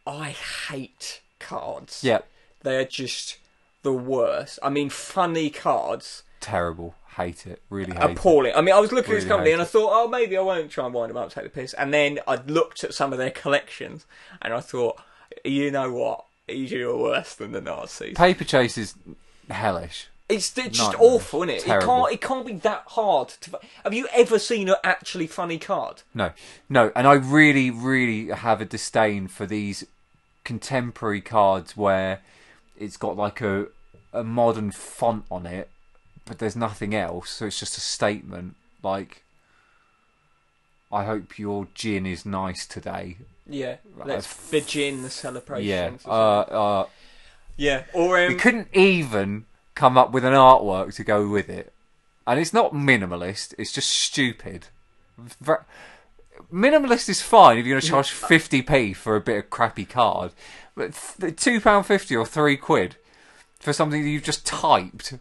I hate cards. Yeah. they're just the worst. I mean, funny cards Terrible. Hate it. Really hate it. appalling. I mean, I was looking at this Really company hate and I thought, oh, maybe I won't try and wind them up, take the piss. And then I looked at some of their collections and I thought, you know what? These are worse than the Nazis. Paper chase is hellish. It's, it's just Nightmare. awful, isn't it? It Terrible. can't, it can't be that hard. To, have you ever seen an actually funny card? No, no, and I really, really have a disdain for these contemporary cards where it's got like a a modern font on it, but there's nothing else, so it's just a statement like, "I hope your gin is nice today." Yeah. I've- Let's begin the celebrations. yeah, uh, uh, yeah. Or, we um, couldn't even come up with an artwork to go with it, and it's not minimalist; it's just stupid. Ver- Minimalist is fine if you're going to charge fifty p for a bit of crappy card, but th- two pound fifty or three quid for something that you've just typed.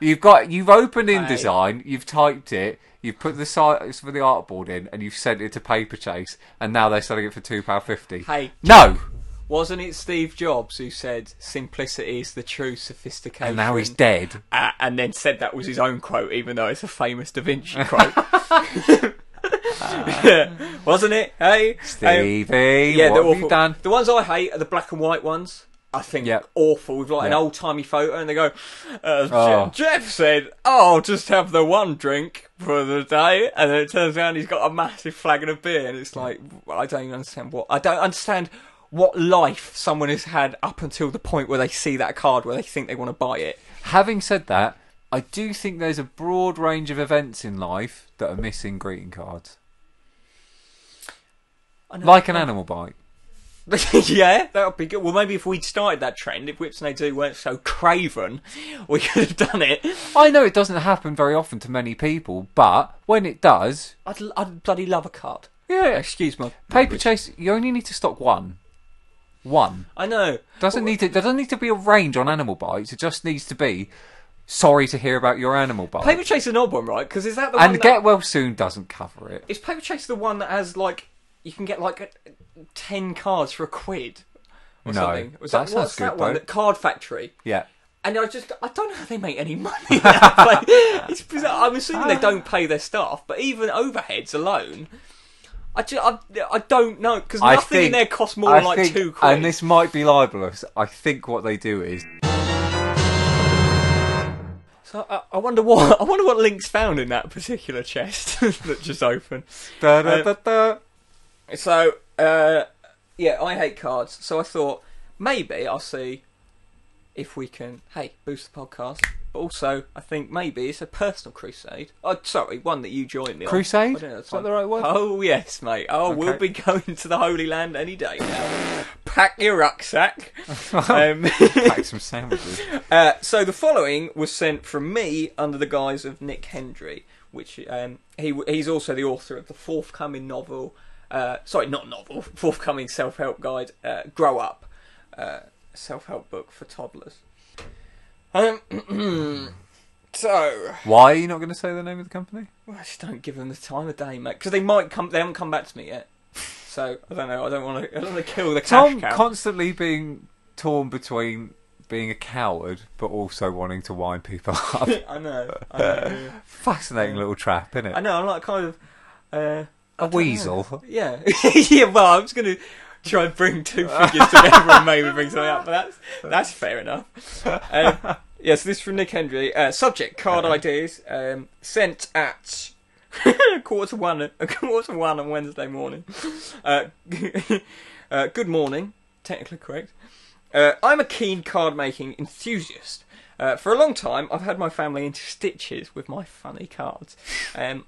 You've got you've opened InDesign, you've typed it, you've put the size for the artboard in, and you've sent it to Paper Chase, and now they're selling it for two pound fifty. hey, No, wasn't it Steve Jobs who said, simplicity is the true sophistication? and now he's dead. uh, and then said that was his own quote, even though it's a famous Da <laughs> Vinci quote. <laughs> Wasn't it? Hey, Um, Stevie, yeah, Ah. they're what have awful. you done? The ones I hate are the black and white ones. I think Yep. awful with like an Yep. old timey photo, and they go, uh, Oh. Je- Jeff said, "Oh, I'll just have the one drink for the day," and then it turns out he's got a massive flagon of beer, and it's like I don't even understand what I don't understand what life someone has had up until the point where they see that card where they think they want to buy it. Having said that, I do think there's a broad range of events in life that are missing greeting cards. I know. Like an animal bite. <laughs> yeah, that would be good. Well, maybe if we'd started that trend, if Whips and They Do weren't so craven, <laughs> we could have done it. I know it doesn't happen very often to many people, but when it does, I'd, I'd bloody love a card. yeah, Excuse my paper chase. You only need to stock one. One I know. doesn't need to. There doesn't need to be a range on animal bites. It just needs to be. Sorry to hear about your animal bite. Paper Chase is an odd one, right? Because is that the one and that- get well soon doesn't cover it. is Paper Chase the one that has like you can get like a, ten cards for a quid or No, something? Was that that, sounds what's that good, one? though. That Card Factory. Yeah. And I just I don't know how they make any money. <laughs> Like, it's bizarre. I'm assuming they don't pay their staff, but even overheads alone, I ju- I, I don't know because I nothing in think- there costs more I than like think- two quid. And this might be libelous. I think what they do is So I, I wonder what <laughs> I wonder what Link's found in that particular chest <laughs> that just opened. Uh, Da, da, da, da. So uh, yeah, I hate cards. So I thought maybe I'll see if we can hey boost the podcast. But also, I think maybe it's a personal crusade. Oh, sorry, one that you joined me on. Crusade? I don't know the Is that time. the right word? Oh yes, mate. Oh, we'll Okay. be going to the Holy Land any day now. Pack your <laughs> rucksack. <laughs> um, pack some sandwiches. Uh, so the following was sent from me under the guise of Nick Hendry, which um, he he's also the author of the forthcoming novel, uh, sorry, not novel, <laughs> forthcoming self-help guide, uh, Grow Up, uh, self-help book for toddlers. Um, <clears throat> So, Why are you not going to say the name of the company? well, I just don't give them the time of day, mate, because they might come. They haven't come back to me yet. So I don't know. I don't want to. I don't want to kill the cash Tom cow. constantly being torn between being a coward but also wanting to wind people <laughs> up. <laughs> I know. I know. Fascinating little trap, isn't I it? know. I'm like kind of. Uh, A weasel. Yeah. <laughs> yeah, well, I was going to try and bring two figures together and maybe bring something up, but that's, that's fair enough. Um, yeah, so this is from Nick Hendry. Uh, subject card ideas um, sent at. <laughs> quarter to one, <laughs> quarter to one on Wednesday morning. Uh, <laughs> uh, good morning, technically correct. Uh, I'm a keen card making enthusiast. Uh, for a long time, I've had my family into stitches with my funny cards. Um,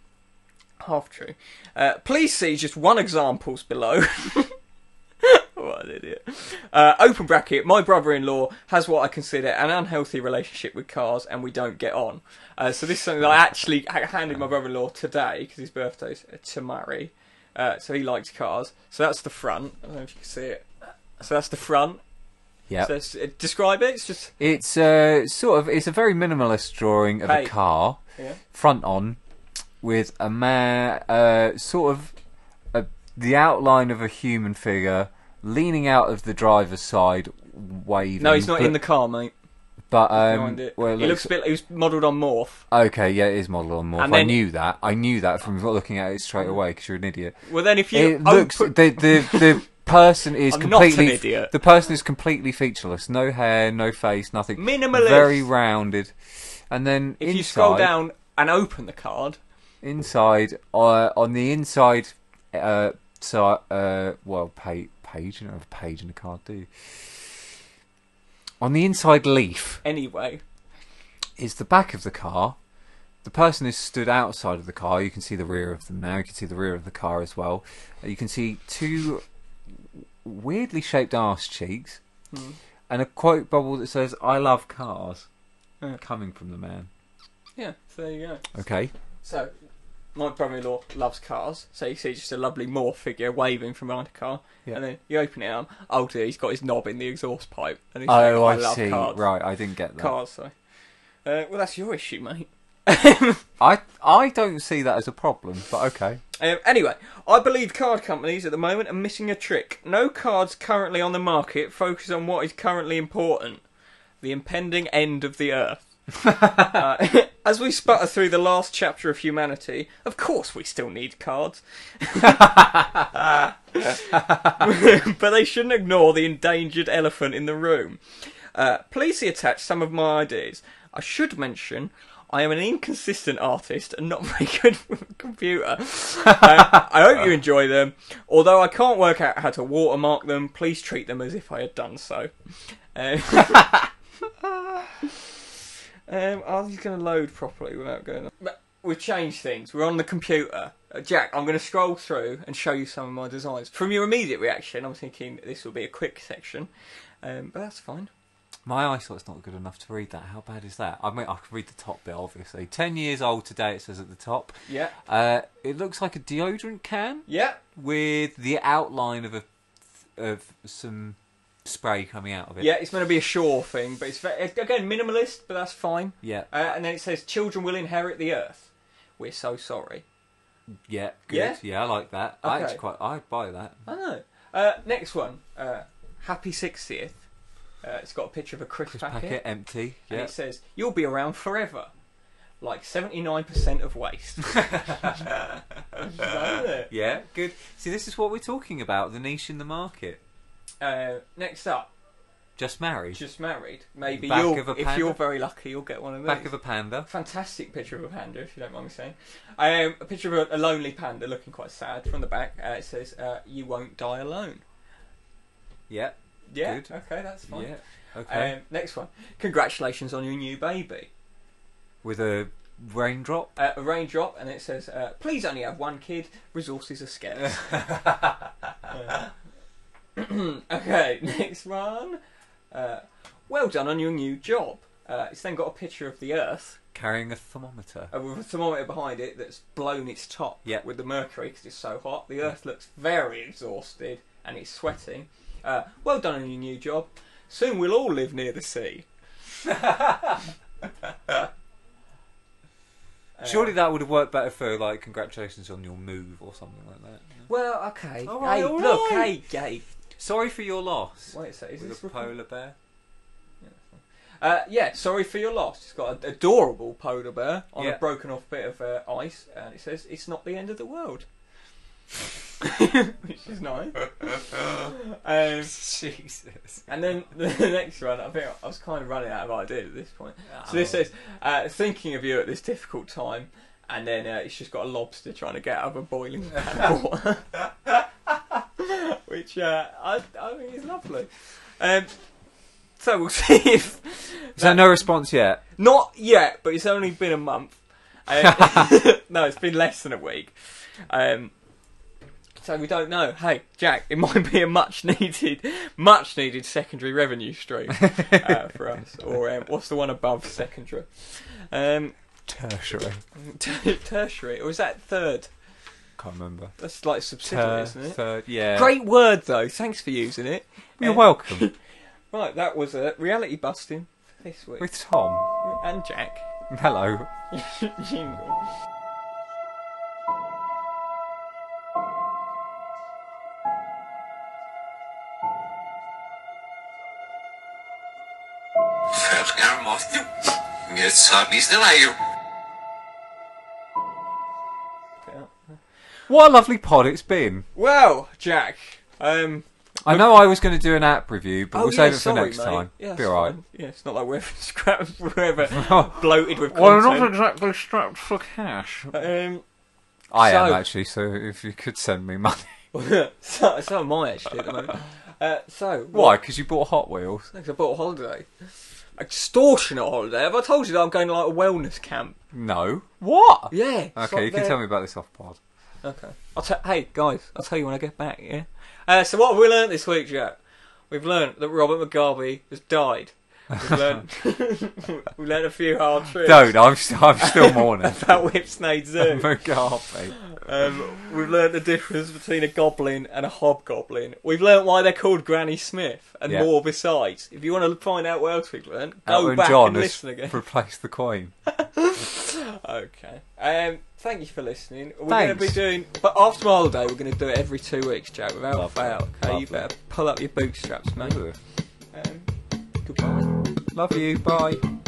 half true. Uh, please see just one examples below. <laughs> what an idiot. Uh, open bracket. My brother-in-law has what I consider an unhealthy relationship with cars, and we don't get on. Uh, so this is something that I actually ha- handed my brother-in-law today because his birthday's tomorrow. Uh, so he likes cars. So that's the front. I don't know if you can see it. So that's the front. Yeah. So it's, uh, describe it. It's just It's uh, sort of it's a very minimalist drawing of Hey. a car, Yeah. front on, with a man uh, sort of a, the outline of a human figure leaning out of the driver's side, waving. no. He's not but, in the car, mate. But um, Behind it. well, it he looks a bit. He was modelled on Morph. okay. Yeah, it is modelled on Morph. And I then- knew that. I knew that from looking at it straight away because you're an idiot. Well, then if you It looks open- the the <laughs> the person is I'm not an completely idiot. the person is completely featureless, no hair, no face, nothing. Minimalist. very rounded. And then if inside, you scroll down and open the card, inside uh, on the inside, uh, so uh, well, page page. You don't have a page in a card, do you? On the inside leaf anyway, is the back of the car. The person is stood outside of the car. You can see the rear of them now. You can see the rear of the car as well. Uh, You can see two weirdly shaped arse cheeks Hmm. and a quote bubble that says, I love cars, Yeah. coming from the man. yeah. So there you go. Okay. So my brother-in-law loves cars, so you see just a lovely Moore figure waving from behind a car, Yeah. and then you open it up. Oh dear, he's got his knob in the exhaust pipe, and he's Oh, like, I, I, love see. cars. Right, I didn't get that. Cars. So, uh, well, that's your issue, mate. I, I don't see that as a problem, but okay. Um, anyway, I believe card companies at the moment are missing a trick. No cards currently on the market focus on what is currently important the impending end of the earth. Uh, <laughs> as we sputter through the last chapter of humanity, of course we still need cards. <laughs> but they shouldn't ignore the endangered elephant in the room. Uh, please see attached some of my ideas. I should mention I am an inconsistent artist and not <laughs> very good with a computer. Uh, I hope you enjoy them. Although I can't work out how to watermark them, please treat them as if I had done so. Um, um, I was going to load properly without going. On. But We've changed things. We're on the computer. Uh, Jack, I'm going to scroll through and show you some of my designs. From your immediate reaction, I'm thinking this will be a quick section, um, but that's fine. My eyesight's not good enough to read that. How bad is that? I mean, I can read the top bit, obviously. 10 years old today, it says at the top. Yeah. Uh, it looks like a deodorant can. Yeah. with the outline of a of some spray coming out of it. Yeah, it's meant to be a Shaw thing, but it's very, again minimalist, but that's fine. Yeah. Uh, and then it says, "Children will inherit the earth." We're so sorry. Yeah. Good. Yeah? Yeah. I like that. I Okay. actually quite. I'd buy that. I know. Uh, next one, uh, Happy 60th. Uh, it's got a picture of a crisp, Crisp packet, packet, empty. and Yeah. it says, "You'll be around forever." Like 79% of waste. <laughs> Isn't it? <laughs> Yeah. Good. See, this is what we're talking about. The niche in the market. uh, next up, Just married. just married. Maybe Back you'll, of a if panda? you're very lucky, you'll get one of these. Back of a panda. fantastic picture of a panda, if you don't mind me saying. Um, a picture of a, a lonely panda looking quite sad from the back. Uh, it says, uh, "You won't die alone." Yeah. Yeah. Good. Okay, that's fine. Yeah. Okay. Um, next one. Congratulations on your new baby. With a <laughs> raindrop. Uh, a raindrop, and it says, uh, "Please only have one kid. Resources are scarce." Uh, <clears throat> okay, <laughs> next one. Uh, well done on your new job. Uh, it's then got a picture of the Earth Carrying a thermometer. uh, with a thermometer behind it that's blown its top Yeah. with the mercury because it's so hot. The Earth looks very exhausted and it's sweating. Uh, well done on your new job. Soon we'll all live near the sea. <laughs> Uh, Surely that would have worked better for like congratulations on your move or something like that. Well, okay. All right, hey, all look, right. hey, hey. Sorry for your loss. Wait a sec, is with this a recording? polar bear. Uh, yeah, sorry for your loss. It's got an adorable polar bear on Yeah. a broken off bit of uh, ice, and it says, It's not the end of the world. <laughs> Which is nice. um, Jesus. and then <laughs> the next one, I think I was kind of running out of ideas at this point. So this says, uh, Thinking of you at this difficult time, and then uh, it's just got a lobster trying to get out of a boiling pan of water. <laughs> Which uh, I, I think is lovely. Um, so we'll <laughs> see if Is that no response yet? not yet, but it's only been a month. <laughs> Uh, <laughs> no, it's been less than a week. Um, so we don't know. Hey, Jack, it <laughs> might be a much needed, much needed secondary revenue stream uh, <laughs> for us. Or um, what's the one above secondary? Um, Tertiary. ter- tertiary, or is that third? Can't remember. That's like subsidiary, isn't it? Third. Yeah. Great word though. Thanks for using it. Um, <laughs> You're welcome. Right, that was a reality busting for this week. With Tom. and Jack. Hello. Jingle. Felt car moth you. It's hobbies the liar. What a lovely pod it's been. <laughs> Well, Jack. Um, I know I was going to do an app review, but oh, we'll yeah, save it for sorry, next mate. time. Yeah, Be it's alright. fine. Yeah, it's not like we're <laughs> scrap forever <laughs> bloated with content. exactly strapped for cash. Um, I am So- actually, so if you could send me money. <laughs> <laughs> so, so am I actually at the moment. Uh, so Why? Because you bought Hot Wheels. Because I bought a holiday. Extortionate holiday. Have I told you that I'm going to like a wellness camp? No. What? Yeah. it's Okay, like you can there. tell me about this off pod. Okay. I'll t- hey guys, I'll tell you when I get back. Yeah. Uh, so what have we learnt this week, Jack? We've learnt that Robert Mugabe has died. We've learnt, <laughs> we learnt a few <laughs> hard truths. Don't. I'm, st- <laughs> I'm still mourning. That Whipsnade <laughs> Zoo. Mugabe. Um, we've learnt the difference between a goblin and a hobgoblin. We've learnt why they're called Granny Smith and Yeah. more besides. If you want to find out what else we've learnt, go Elton back John and has listen again. replaced the Queen. Okay. Um, thank you for listening. We're going to be Thanks. doing, but after my holiday, we're going to do it every two weeks, Jack, without Lovely. fail. Okay, Lovely. you better pull up your bootstraps, mate. Um, goodbye. Love you. Bye.